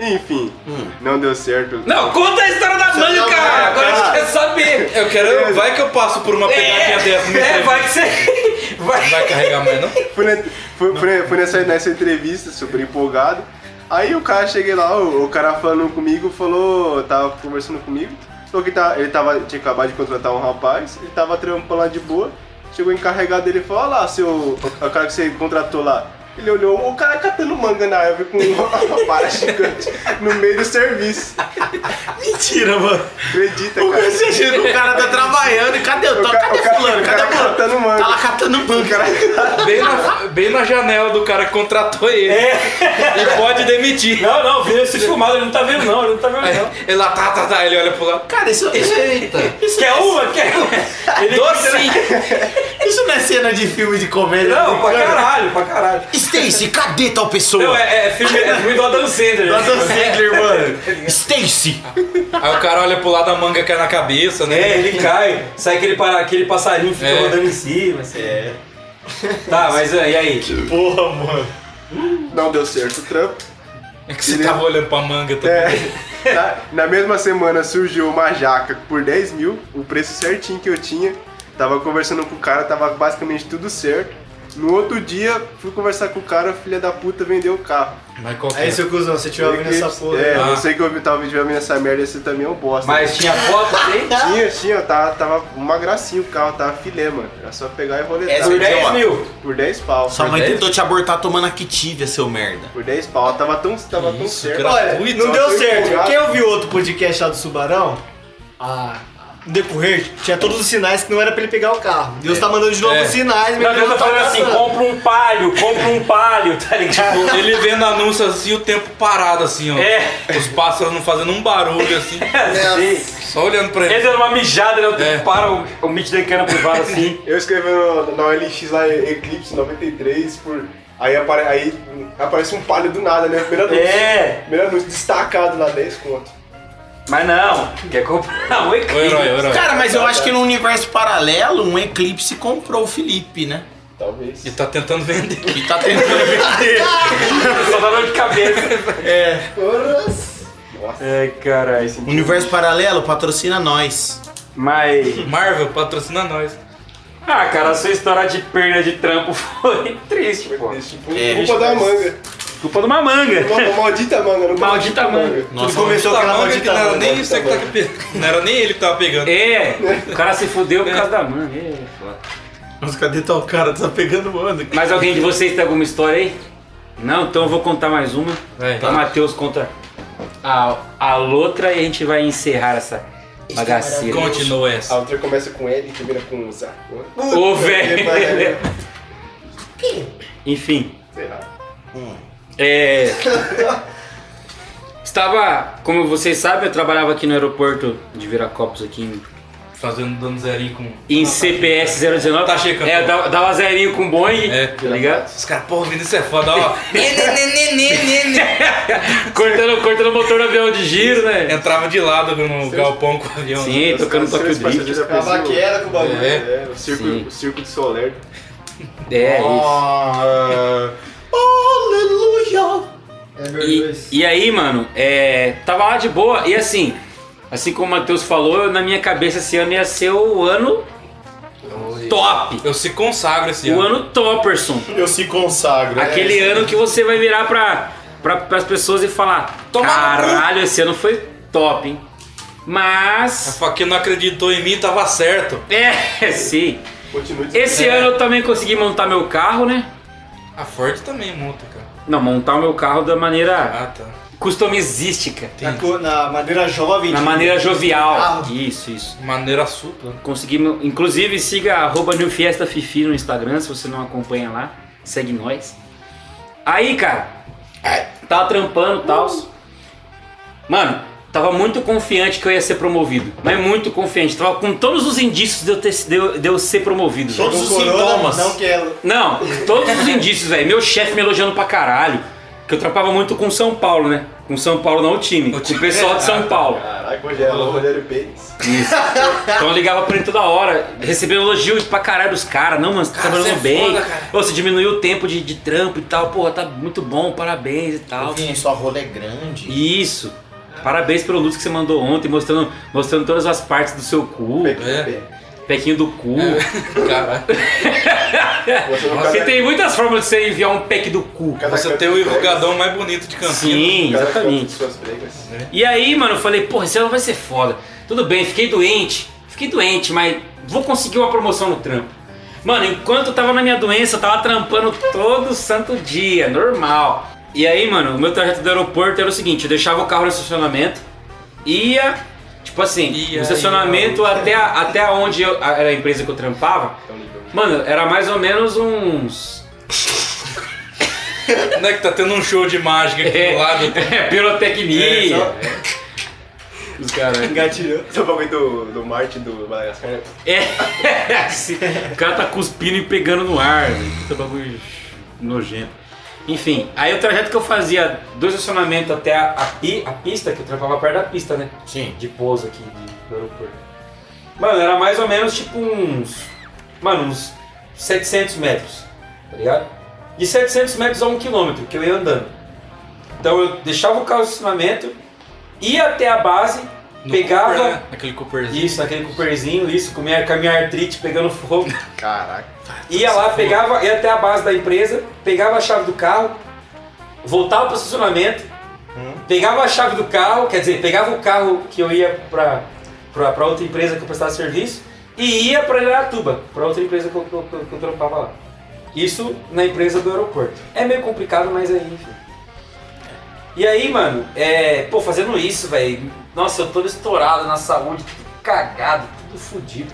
Enfim, não deu certo. Não, conta a história da manga, cara. Agora a gente quer saber. Eu quero. Vai que eu passo por uma pegadinha dessa. me É, entrevista. vai que você. Vai. Não vai carregar mais, não? Fui, na- fui- fui- fui nessa, nessa entrevista, super empolgado. Aí o cara, cheguei lá, o, o cara falando comigo, falou, tava conversando comigo, falou que tá, ele tava, tinha acabado de contratar um rapaz, ele tava trampando lá de boa, chegou o encarregado dele e falou, olha lá, seu, o cara que você contratou lá. Ele olhou, o cara catando manga na árvore com uma *laughs* vara gigante no meio do serviço. *laughs* Mentira, mano! Acredita, O cara, cara. você chega, o cara tá trabalhando e cadê? Eu tô, O ca- cadê o ca- fulano? o Cadê cara fulano? catando manga. Tá lá catando manga. Bem na, bem na janela do cara que contratou ele. É. E pode demitir. Não, não, viu esse filmado, ele não tá vendo, não, ele não tá vendo, Aí, não. ele lá, tá, tá, tá, ele olha pro lado. Cara, isso, isso, é- isso, Quer uma? Quer uma? Ele doce! isso não é cena de filme de comédia. Não, pra caralho, pra caralho. Stacy, cadê tal pessoa? Não, *laughs* é, é filme, é filme do Adam Sandler. Adam Sandler, mano. Stacy! *laughs* Aí o cara olha pro lado, a manga cai na cabeça, né? É, ele cai, sai aquele, para, aquele passarinho fica É. rodando em cima. Assim. É. Tá, mas é, e aí? Porra, mano. Não deu certo o trampo. É que você tava olhando pra manga também. É, *laughs* na, na mesma semana surgiu uma jaca por 10 mil, o preço certinho que eu tinha. Tava conversando com o cara, tava basicamente tudo certo. No outro dia, fui conversar com o cara, filha da puta vendeu o carro. Mas qual que Aí, é? seu cuzão, você tiver ouvindo essa porra. né? né? É, Ah. eu sei que eu vi- tava vendo essa merda, você também é um bosta. Mas tinha foto assim. aí? Tinha, tinha, tava, tava uma gracinha o carro, tava filé, mano. Era só pegar e roletar. Essa por, Por ideia- 10 mil. por 10 pau. Sua Por mãe 10 tentou te abortar tomando a quitiva, seu merda. Por 10 pau, tava tão, tava tão Isso, certo. gra- Olha, Gratuito, não ó, deu tô certo. empolgado. Quem ouviu outro podcast lá do Subarão, a... no decorrer, tinha todos os sinais que não era pra ele pegar o carro. Deus tá mandando de novo É. os sinais, Na meu verdade, Deus tá falando assim: compra um palho, compra um palho, tá ligado? *laughs* Ele vendo anúncio assim, o tempo parado assim, ó. É. Os pássaros não fazendo um barulho *laughs* assim. Sim. Só olhando pra Ele ele. deu uma mijada, né? O tempo É. para o, o Mitch dencana pro vara assim. Eu escrevi no- na OLX lá Eclipse 93 por. Aí, apare- aí aparece um palho do nada, né? Primeiro anúncio. É. Primeiro anúncio destacado lá, 10 conto. Mas não, quer comprar um O herói, o eclipse. herói. Cara, mas eu acho que no universo paralelo, um eclipse comprou o Felipe, né? Talvez. E tá tentando vender. E tá *laughs* tentando. Só dá dor de cabeça. É. Nossa. Ai, caralho. universo paralelo patrocina nós. Mas. Marvel, patrocina nós. Ah, cara, a sua história de perda de trampo *laughs* foi triste, pô. Esse tipo, É, culpa da manga. Culpa de uma manga. Uma, *laughs* uma maldita manga, não Maldita manga. Nossa, começou Puta aquela manga que maldita não era manga, nem isso tá que tava pe- Não era nem ele que tava pegando. É, o cara se fudeu por causa da manga. É, foda. Mas cadê tal cara? Tá pegando manga. Mas alguém de vocês tem alguma história aí? Não? Então eu vou contar mais uma. Vai. O Matheus conta a, a outra e a gente vai encerrar essa bagaceira. Continua A essa. outra começa com L e termina com Z. Ô, velho! Enfim. Será? É. Estava, como vocês sabem, eu trabalhava aqui no aeroporto de Viracopos, aqui em, Fazendo dando zerinho com. em CPS 019. Tá checando. É, eu dava, dava zerinho com Boeing, É. tá ligado? Os caras, porra, Vinícius é foda, ó. *laughs* cortando, cortando o motor do avião de giro, né? Entrava de lado no galpão com o É avião. né? Sim, tocando toque Seus beat. passageiros A vaquera com o bagulho. É. É, o circo, Sim. o circo de Soler. É, isso. Ah, É E, verdade. e aí, mano, é, tava lá de boa. E assim, assim como o Matheus falou, na minha cabeça esse ano ia ser o ano top. Eu se consagro esse O ano. ano topperson. eu se consagro. Aquele ano que você vai virar pra, pra, pras pessoas e falar: Tomar no cu." Caralho, esse ano foi top, hein? A Mas. faquinha não acreditou em mim, tava certo. É, *laughs* sim. Continua dizendo. Esse ano eu também consegui montar meu carro, né? A Ford também monta, cara. Não, montar o meu carro da maneira Ah, tá. customizística. Na, cor- na madeira jovem. tipo, Na de- maneira jovial. Carro. Isso, isso. Maneira supla. Conseguimos. Inclusive, siga arroba New Fiesta Fifi no Instagram, se você não acompanha lá. Segue nós. Aí, cara. Tava trampando e tal. Mano, tava muito confiante que eu ia ser promovido. Mas muito confiante. Tava com todos os indícios de eu, ter, de eu, de eu ser promovido. velho. Com Todos os corona, sintomas. Não é- quero. Não, todos os indícios, velho. Meu chefe me elogiando pra caralho. Que eu trampava muito com São Paulo, né? Com São Paulo, não o time. O com time. o pessoal de São Paulo. *laughs* Caraca, Rogério, Rogério Pênis. Então eu ligava pra ele toda hora, recebendo elogios pra caralho dos caras. Não, mano, você tá Cara, trabalhando você é bem. foda, cara. Ou você diminuiu o tempo de, de trampo e tal. Porra, tá muito bom, parabéns e tal. sua rola é grande. Isso. Parabéns pelo loot que você mandou ontem, mostrando, mostrando todas as partes do seu cu, É. pequinho do cu. Caralho. Você não Porque cada- tem muitas formas de você enviar um pack do cu. cada Você canto tem o de pregas, enrugadão mais bonito de Campinas. Sim, cada canto de exatamente. Suas pregas. E aí, mano, eu falei, porra, esse ano vai ser foda. Tudo bem, fiquei doente, fiquei doente, mas vou conseguir uma promoção no trampo. Mano, enquanto eu tava na minha doença, eu tava trampando todo santo dia, normal. E aí, mano, o meu trajeto do aeroporto era o seguinte, eu deixava o carro no estacionamento, ia, tipo assim, Ia, Então, no estacionamento até, a- até onde eu- a- era a empresa que eu trampava, mano, era mais ou menos uns... Não é que tá tendo um show de mágica aqui do lado. *laughs* é, pirotecnia. É, só- Os caras... Engatilhou. *laughs* Esse é o bagulho do, do Marte do Madagascar. né? É, *laughs* esse- o cara tá cuspindo e pegando no ar, velho. puta bagulho nojento. Enfim, aí o trajeto que eu fazia do estacionamento até a, a pi- a pista, que eu trampava perto da pista, né? Sim. De pouso aqui de- do aeroporto. Mano, era mais ou menos tipo uns. Mano, uns 700 metros, tá ligado? De 700 metros a 1 quilômetro que eu ia andando. Então eu deixava o carro no estacionamento, ia até a base, No pegava. Cooper, né? Aquele Cooperzinho. Isso, naquele Cooperzinho, isso, com, minha, com a minha artrite pegando fogo. Caraca. Ia lá, pegava, ia até a base da empresa, pegava a chave do carro, voltava pro estacionamento, pegava a chave do carro, quer dizer, pegava o carro que eu ia pra, pra, pra outra empresa que eu prestava serviço e ia pra Iratuba, pra outra empresa que eu, que eu, que eu- que eu trampava lá. Isso na empresa do aeroporto. É meio complicado, mas aí, enfim. E aí, mano, é, pô, fazendo isso, velho, nossa, eu todo estourado na saúde, tudo cagado, tudo fodido.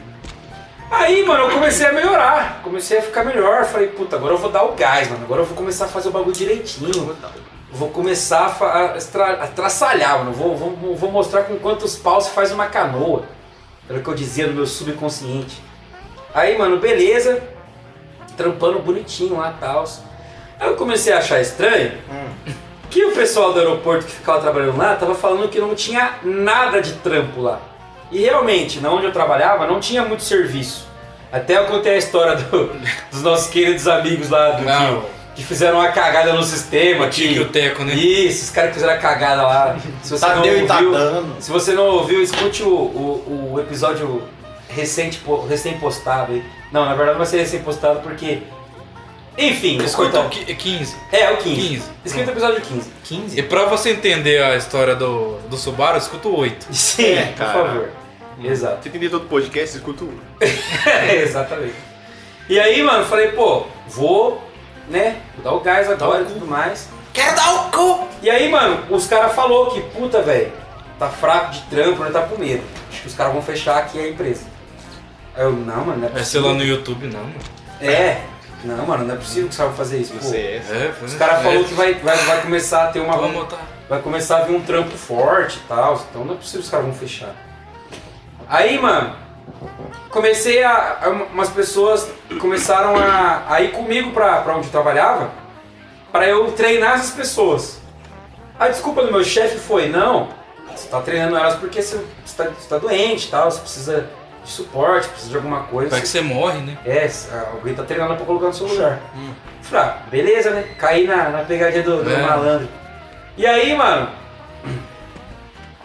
Aí, mano, eu comecei a melhorar, comecei a ficar melhor. Falei, puta, agora eu vou dar o gás, mano. Agora eu vou começar a fazer o bagulho direitinho. Vou começar a, fa- a, estra- a traçalhar, mano. Vou, vou, vou mostrar com quantos paus se faz uma canoa. Era o que eu dizia no meu subconsciente. Aí, mano, beleza. Trampando bonitinho lá, tal. Aí eu comecei a achar estranho Hum. que o pessoal do aeroporto que ficava trabalhando lá tava falando que não tinha nada de trampo lá. E realmente, na onde eu trabalhava, não tinha muito serviço. Até eu contei a história do- *laughs* dos nossos queridos amigos lá do Não. Rio, que fizeram uma cagada no sistema. Tique e que- o Teco, né? isso, os caras que fizeram a cagada lá. Se você Tá não Tadeu e ouviu, Tadano. se você não ouviu, escute o, o, o episódio recente, po- recém-postado aí. Não, na verdade não vai ser recém-postado porque Enfim, Eles cortam qui- 15. É, o 15. 15. Escuta o episódio 15. 15. E pra você entender a história do, do Subaru, escuta o 8. Sim, É, É, por É, favor. Exato. *laughs* Você entender todo podcast, escuta um. É, exatamente. E aí, mano, eu falei, pô, vou, né, vou dar o gás agora e tudo mais. Quero dar o cu! E aí, mano, os caras falou que, puta, velho, tá fraco de trampo, né, tá com medo. Acho que os caras vão fechar aqui a empresa. Aí eu, não, mano, não é Vai ser lá possível. no YouTube, não, mano. É, não, mano, não é possível que os caras vão fazer isso. Pô, É, tá foi os caras falaram que vai, vai, vai começar a ter uma... Vamos botar. vai começar a vir um trampo forte e tal, então não é possível que os caras vão fechar. Aí, mano, comecei a. a- umas pessoas começaram a, a ir comigo pra, pra onde eu trabalhava, pra eu treinar essas pessoas. A desculpa do meu chefe foi: não, você tá treinando elas porque você, você, tá, você tá doente e tal, você precisa de suporte, precisa de alguma coisa. Vai que você morre, né? É, alguém tá treinando pra colocar no seu lugar. Falei, ah, beleza, né? Caí na, na pegadinha do, do É. malandro. E aí, mano,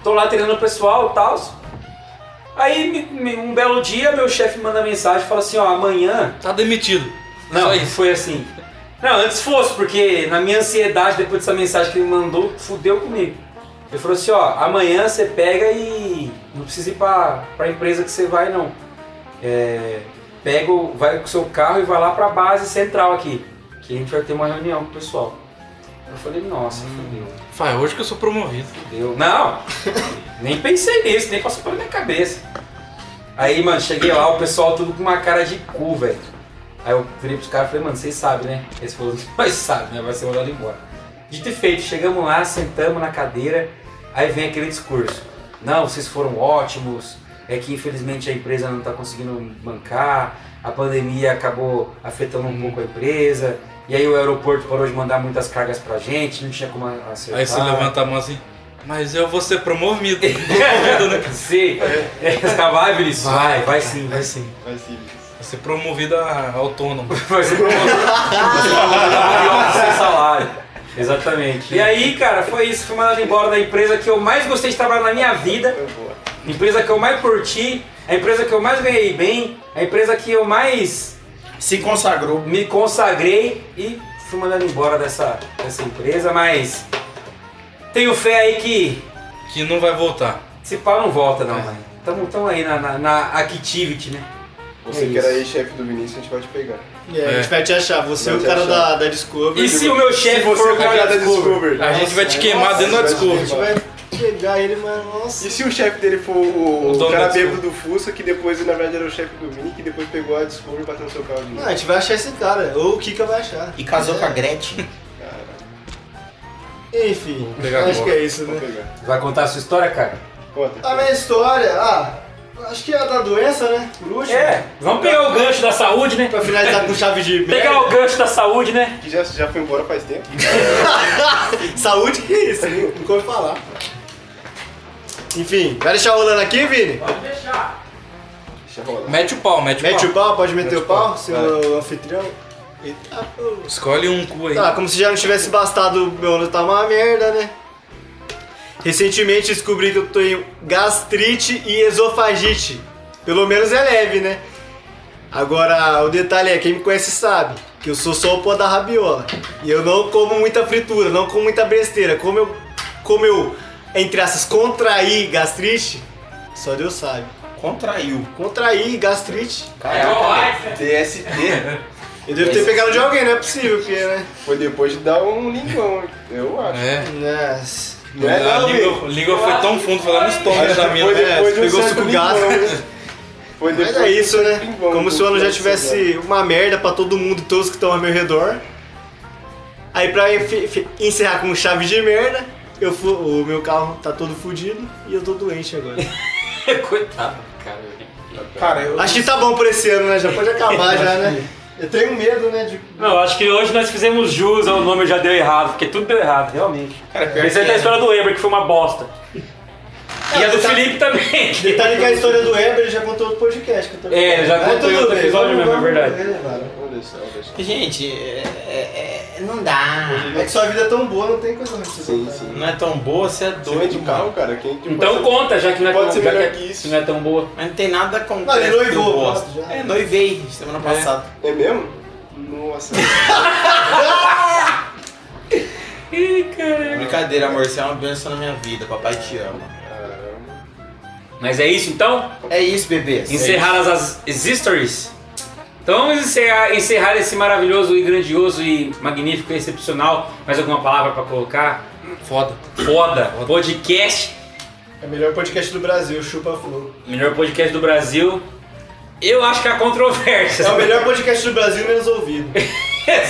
tô lá treinando o pessoal e tal. Aí, me- me- um belo dia, meu chefe manda mensagem e fala assim, ó, amanhã... Tá demitido. Não, Só isso. foi assim. Não, antes fosse, porque na minha ansiedade, depois dessa mensagem que ele mandou, fudeu comigo. Ele falou assim, ó, amanhã você pega e não precisa ir pra, pra empresa que você vai, não. É, pega, o- vai com o seu carro e vai lá pra base central aqui, que a gente vai ter uma reunião com o pessoal. Eu falei, nossa, fudeu. Vai, hoje que eu sou promovido. Deu. Não! nem pensei nisso, nem passou pela minha cabeça. Aí, mano, cheguei lá, o pessoal tudo com uma cara de cu, velho. Aí eu virei pros caras e falei, mano, vocês sabem, né? Eles falaram, nós sabemos, né? Vai ser mandado embora. Dito e feito, chegamos lá, sentamos na cadeira, aí vem aquele discurso. Não, vocês foram ótimos, é que infelizmente a empresa não tá conseguindo bancar, a pandemia acabou afetando Uhum. um pouco a empresa, e aí o aeroporto parou de mandar muitas cargas pra gente, não tinha como acertar. Aí você levanta a mão assim, mas eu vou ser promovido. né? Sim. Essa vai, Vinícius? Vai, vai sim, vai sim. Vai sim. Vou ser promovido a autônomo. Vai ser promovido sem salário. Exatamente. E aí, cara, foi isso. Fui mandado embora da empresa que eu mais gostei de trabalhar na minha vida. Empresa que eu mais curti. A empresa que eu mais ganhei bem. A empresa que eu mais Se consagrou. me consagrei. E fui mandado embora dessa, dessa empresa. Mas tenho fé aí que Que não vai voltar. se pá não volta, não, mano. Tamo, tamo aí na, na, na Activity, né? Você É que era isso. ex-chefe do Vinícius, a gente vai te pegar. É, a gente vai te achar, você é Vai o te cara achar. da, da Discovery. E se é o meu chefe é for o cara da Discovery? A gente vai te queimar nossa, dentro da vai te A gente Discovery. vai pegar ele, mas nossa. E se o chefe dele for o, O o dono cara da bêbado do Fusca, que depois na verdade era o chefe do Vini, que depois pegou a Discovery e bateu no seu carro de Não, novo? Ah, a gente vai achar esse cara, ou o Kika vai achar. E casou com a Gretchen. Enfim, pegar acho que agora. é isso, Vou né? pegar. Vai contar a sua história, cara? Conta. A minha história, ah, acho que é a da doença, né? Por último. É, vamos pegar o gancho da saúde, né? Pra finalizar com chave de Pegar o gancho da saúde, né? Que já, já foi embora faz tempo. *laughs* Saúde que é isso, viu? Nunca ouvi falar. Enfim, vai deixar rolando aqui, Vini? Deixa *laughs* rolar. Mete o pau, mete o Mete pau. o pau, pode meter o pau, seu Vai. anfitrião. Eita, pô. Escolhe um cu aí. Tá, como se já não tivesse bastado meu ano tá uma merda, né? Recentemente descobri que eu tenho gastrite e esofagite. Pelo menos é leve, né? Agora, o detalhe é, quem me conhece sabe que eu sou só o pó da rabiola. E eu não como muita fritura, não como muita besteira. Como eu, como eu entre essas, contraí gastrite, só Deus sabe. Contraiu. Contraí gastrite. é É, TST Eu devo ter pegado de alguém, não é possível, porque, né? foi depois de dar um linguão, eu acho. É. Nossa. Não é a não, Vini? língua, língua foi tão fundo, foi lá no estômago Acho da que minha. foi né? depois de um É, pegou certo suco gasto. limbão, né? Foi Mas depois é de um isso, né? é. certo limbão, Como se o do- né? ano do- já do- do- tivesse uma merda pra todo mundo, todos que estão ao meu redor. Aí pra enfi- fi- encerrar com chave de merda, eu fu- o meu carro tá todo fudido e eu tô doente *laughs* agora. *laughs* Coitado, cara. Cara, eu. Acho que tá bom por esse ano, né? Já pode acabar já, né? Eu tenho medo, né? De... Não, acho que hoje nós fizemos jus ao nome já deu errado, porque tudo deu errado, realmente. Cara, pior Pensei que na é. história do Eber, que foi uma bosta. E a do Felipe também. Detalhe que tá a história do Weber ele já contou outro podcast. Que eu tô... É, já Mas contou em tudo outro bem, episódio vamos- mesmo, é vamos verdade. relevar. né? Vamos deixar, vamos deixar. Gente, é- é- é- não dá. É que sua vida é tão boa, não tem coisa mais pra você Sim, contar. sim. Não é tão boa, você é Você vem doido, de carro, mano. cara? Quem é que Então conta, já que não é Pode tão, ser já melhor é- que isso. não é tão boa. Mas não tem nada Não, concreto. ele que eu noivou. gosto. pronto, já. É, noivei semana passada. É mesmo? *laughs* Nossa. Brincadeira, amor, você é uma bênção na minha vida, papai te ama. Mas é isso então? É isso, bebê. Encerrar as, as stories? Então vamos encerrar, encerrar esse maravilhoso e grandioso e magnífico e excepcional. Mais alguma palavra pra colocar? Foda. Foda! Podcast, É o melhor podcast do Brasil, Chupa Flow. melhor podcast do Brasil. Eu acho que há controvérsia. É o melhor podcast do Brasil menos *laughs* ouvido.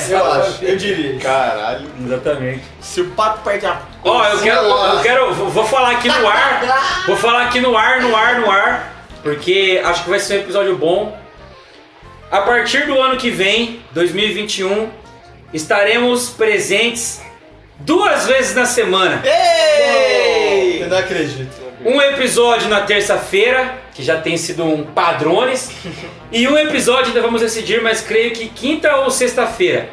Eu acho, eu diria. Caralho. Exatamente. Se o pato perde a. Ó, eu quero, eu quero, vou vou falar aqui no ar, vou falar aqui no ar, no ar, no ar, porque acho que vai ser um episódio bom. A partir do ano que vem, 2021, estaremos presentes duas vezes na semana. Ei! Eu não acredito. Um episódio na terça-feira, que já tem sido um padrões, e um episódio ainda vamos decidir, mas creio que quinta ou sexta-feira.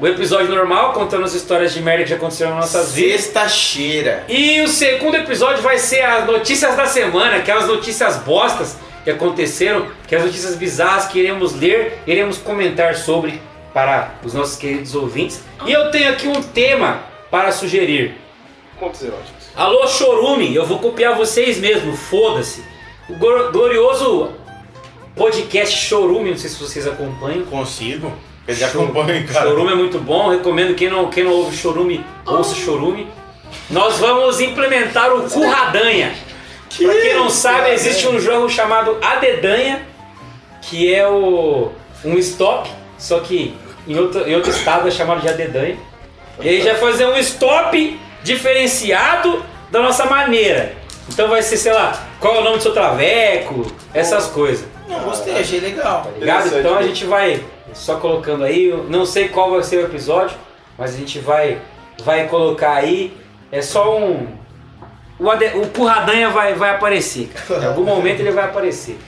O episódio normal, contando as histórias de merda que já aconteceram nas nossas vidas. Sexta-cheira. E o segundo episódio vai ser as notícias da semana, aquelas notícias bostas que aconteceram, que as notícias bizarras que iremos ler, iremos comentar sobre para os nossos queridos ouvintes. E eu tenho aqui um tema para sugerir. Contos eróticos. Alô Chorume, eu vou copiar vocês mesmo, foda-se. O glo- glorioso podcast Chorume, não sei se vocês acompanham. Consigo? Ele já acompanha, cara. Chorume é muito bom, recomendo quem não, quem não ouve Chorume, ouça Chorume. Nós vamos implementar o Curradanha. pra quem não sabe, existe um jogo chamado Adedanha, que é o um stop, só que em outro, em outro estado é chamado de Adedanha. E aí já fazer um stop diferenciado da nossa maneira. Então vai ser, sei lá, qual é o nome do seu traveco, essas coisas. Não, gostei, achei legal. Obrigado. Então a Interessante, gente vai só colocando aí, eu não sei qual vai ser o episódio, mas a gente vai vai colocar aí. É só um o, ade, o Curradanha vai vai aparecer, cara. Em algum momento ele vai aparecer.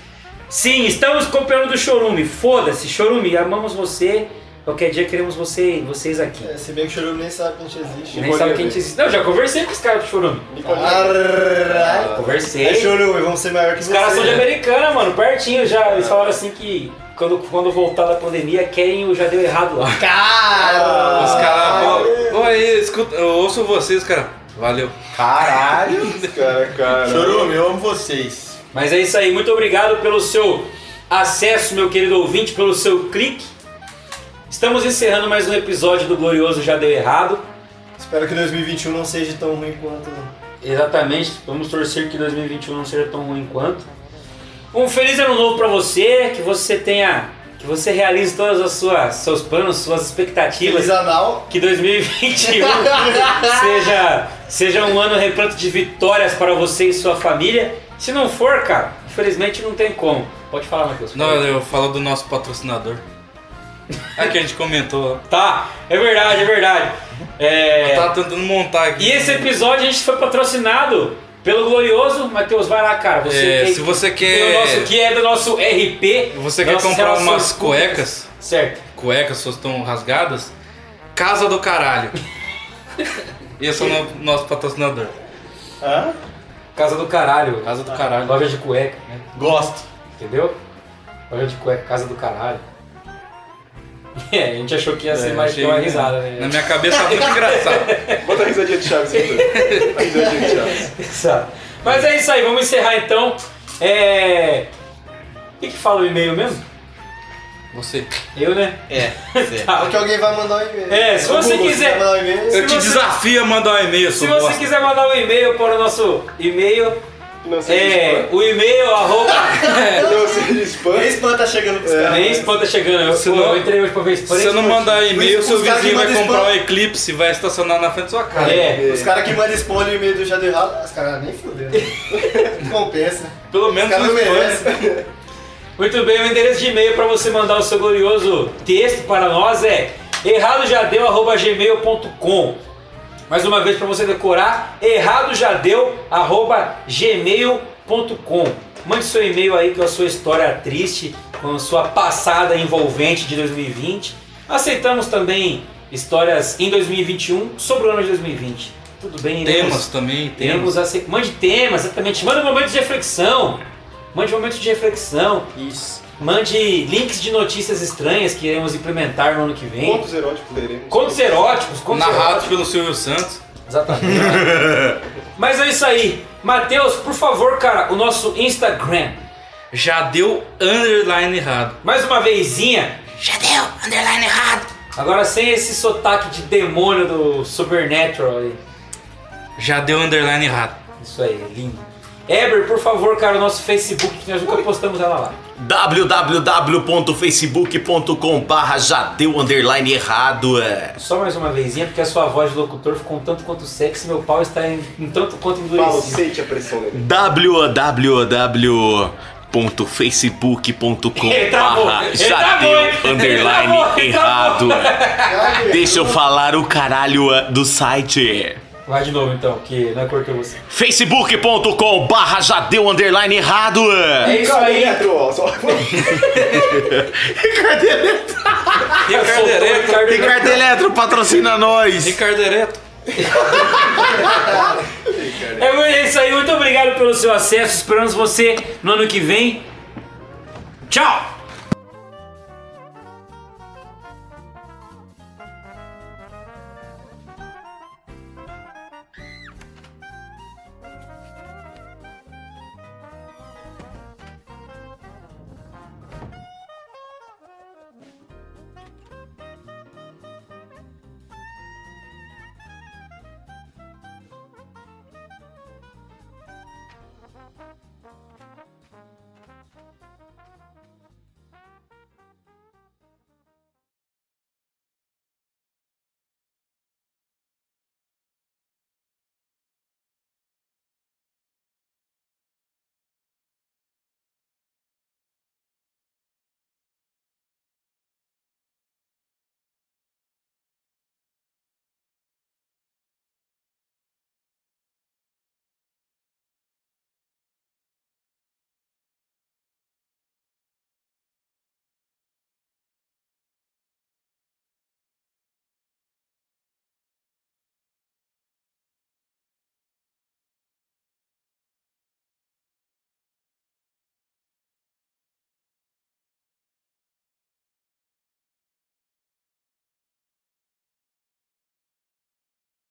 Sim, estamos copiando do Chorume. Foda-se, Chorume, amamos você. Qualquer dia queremos você, vocês aqui. É, se bem que o Chorume nem sabe que a gente existe. Nem sabe quem te existe. Não, já conversei com os caras do Chorume. é? Caralho. É Conversei. Chorume, né? vamos ser maior que Os você. caras são de Americana, mano, pertinho já. Eles falaram assim que quando, quando voltar da pandemia querem o já deu errado lá. Cara! Os Ah. caras falam. Oi, escuta, eu ouço vocês, cara. Valeu. Caralho. Cara, cara. Chorume, eu amo vocês. Mas é isso aí, muito obrigado pelo seu acesso, meu querido ouvinte, pelo seu clique. Estamos encerrando mais um episódio do Glorioso Já Deu Errado. Espero que 2021 não seja tão ruim quanto. Exatamente, vamos torcer que 2021 não seja tão ruim quanto. Um feliz ano novo pra você, que você tenha, que você realize todos os seus planos, suas expectativas. Feliz anal. Que 2021 seja, seja um ano repleto de vitórias para você e sua família. Se não for, cara, infelizmente não tem como. Pode falar, Matheus. Não, eu falo do nosso patrocinador. É que a gente comentou lá. Tá, é verdade, é verdade. É, Tava Tá tentando montar aqui. E esse episódio a gente foi patrocinado pelo glorioso Matheus. Vai lá, cara. Você É, que- se você que é quer. do nosso- é que é do nosso RP. Você quer nossas comprar relações umas públicas. cuecas? Certo. Cuecas suas estão rasgadas? Casa do *laughs* caralho. Esse é o no- nosso patrocinador. Casa do caralho. Casa do caralho. Loja de cueca, né? Gosto. Entendeu? Loja de cueca, casa do caralho. *laughs* É, a gente achou que ia ser mais achei- uma risada, Na né? minha cabeça é *laughs* muito engraçado. Bota a risadinha de Chaves aqui. A risadinha de Chaves. Exato. Mas é isso aí, vamos encerrar então. É. O que, que fala o e-mail mesmo? Você. Eu, né? *laughs* É, você. Tá. Só que alguém vai mandar um e-mail. É, se O você Google, quiser- vai mandar um e-mail? Eu te você- desafio a mandar um e-mail, Se seu você bosta. quiser mandar um e-mail para o nosso e-mail, Não sei de é spam. o e-mail *laughs* arroba. Não sei de spam. Nem spam tá chegando pros caras. Nem spam tá chegando. Se Eu, pô, não- eu entrei hoje pra ver spam. Se você não mandar e-mail, Os- seu os caras que vizinho vai mandam comprar um spam. eclipse e vai estacionar na frente da sua casa. É, Os caras que mandam spoiler e e-mail do já deu errado, os caras nem fuderam. *laughs* Compensa. Pelo Os menos um caras não no spam. é. merecem. muito bem. O endereço de e-mail para você mandar o seu glorioso texto para nós é erradojadeu.gmail.com Mais uma vez para você decorar, erradojadeu.gmail.com Mande seu e-mail aí com a sua história triste, com a sua passada envolvente de 2020. Aceitamos também histórias em 2021 sobre o ano de 2020. Tudo bem? iremos- Temas também, temas. Temos a um se... Mande temas, exatamente. Manda momentos de um reflexão. Mande momentos de reflexão. Isso. Mande links de notícias estranhas que iremos implementar no ano que vem. Contos eróticos teremos. Contos eróticos, contos Narrado eróticos. pelo Silvio Santos. Exatamente. Mas é isso aí. Matheus, por favor, cara, o nosso Instagram. Já deu underline errado. Mais uma vezinha. Já deu, underline errado. Agora sem esse sotaque de demônio do Supernatural aí. Já deu underline errado. Isso aí, lindo. Eber, por favor, cara, o nosso Facebook, que nós nunca postamos ela lá. www.facebook.com barra já deu underline errado. É. Só mais uma vezinha, porque a sua voz de locutor ficou um tanto quanto sexy, meu pau está em, um tanto quanto Paulo, endurecido. sente a pressão é dele. Ele travou, www.facebook.com barra ele já travou, hein? deu Ele underline travou, ele errado. é. travou. Caralho, Deixa eu falar o caralho é, do site. Vai de novo então, que não é cor que você. facebook.com barra já deu underline errado. É isso aí, Eletro, ó, só. altså? Ricardo Eletro. eu sou o Ricardo Eletro. Eletro. Ricardo Eletro patrocina nós. Ricardo Ereto. É isso aí, muito obrigado pelo seu acesso, esperamos você no ano que vem. Tchau!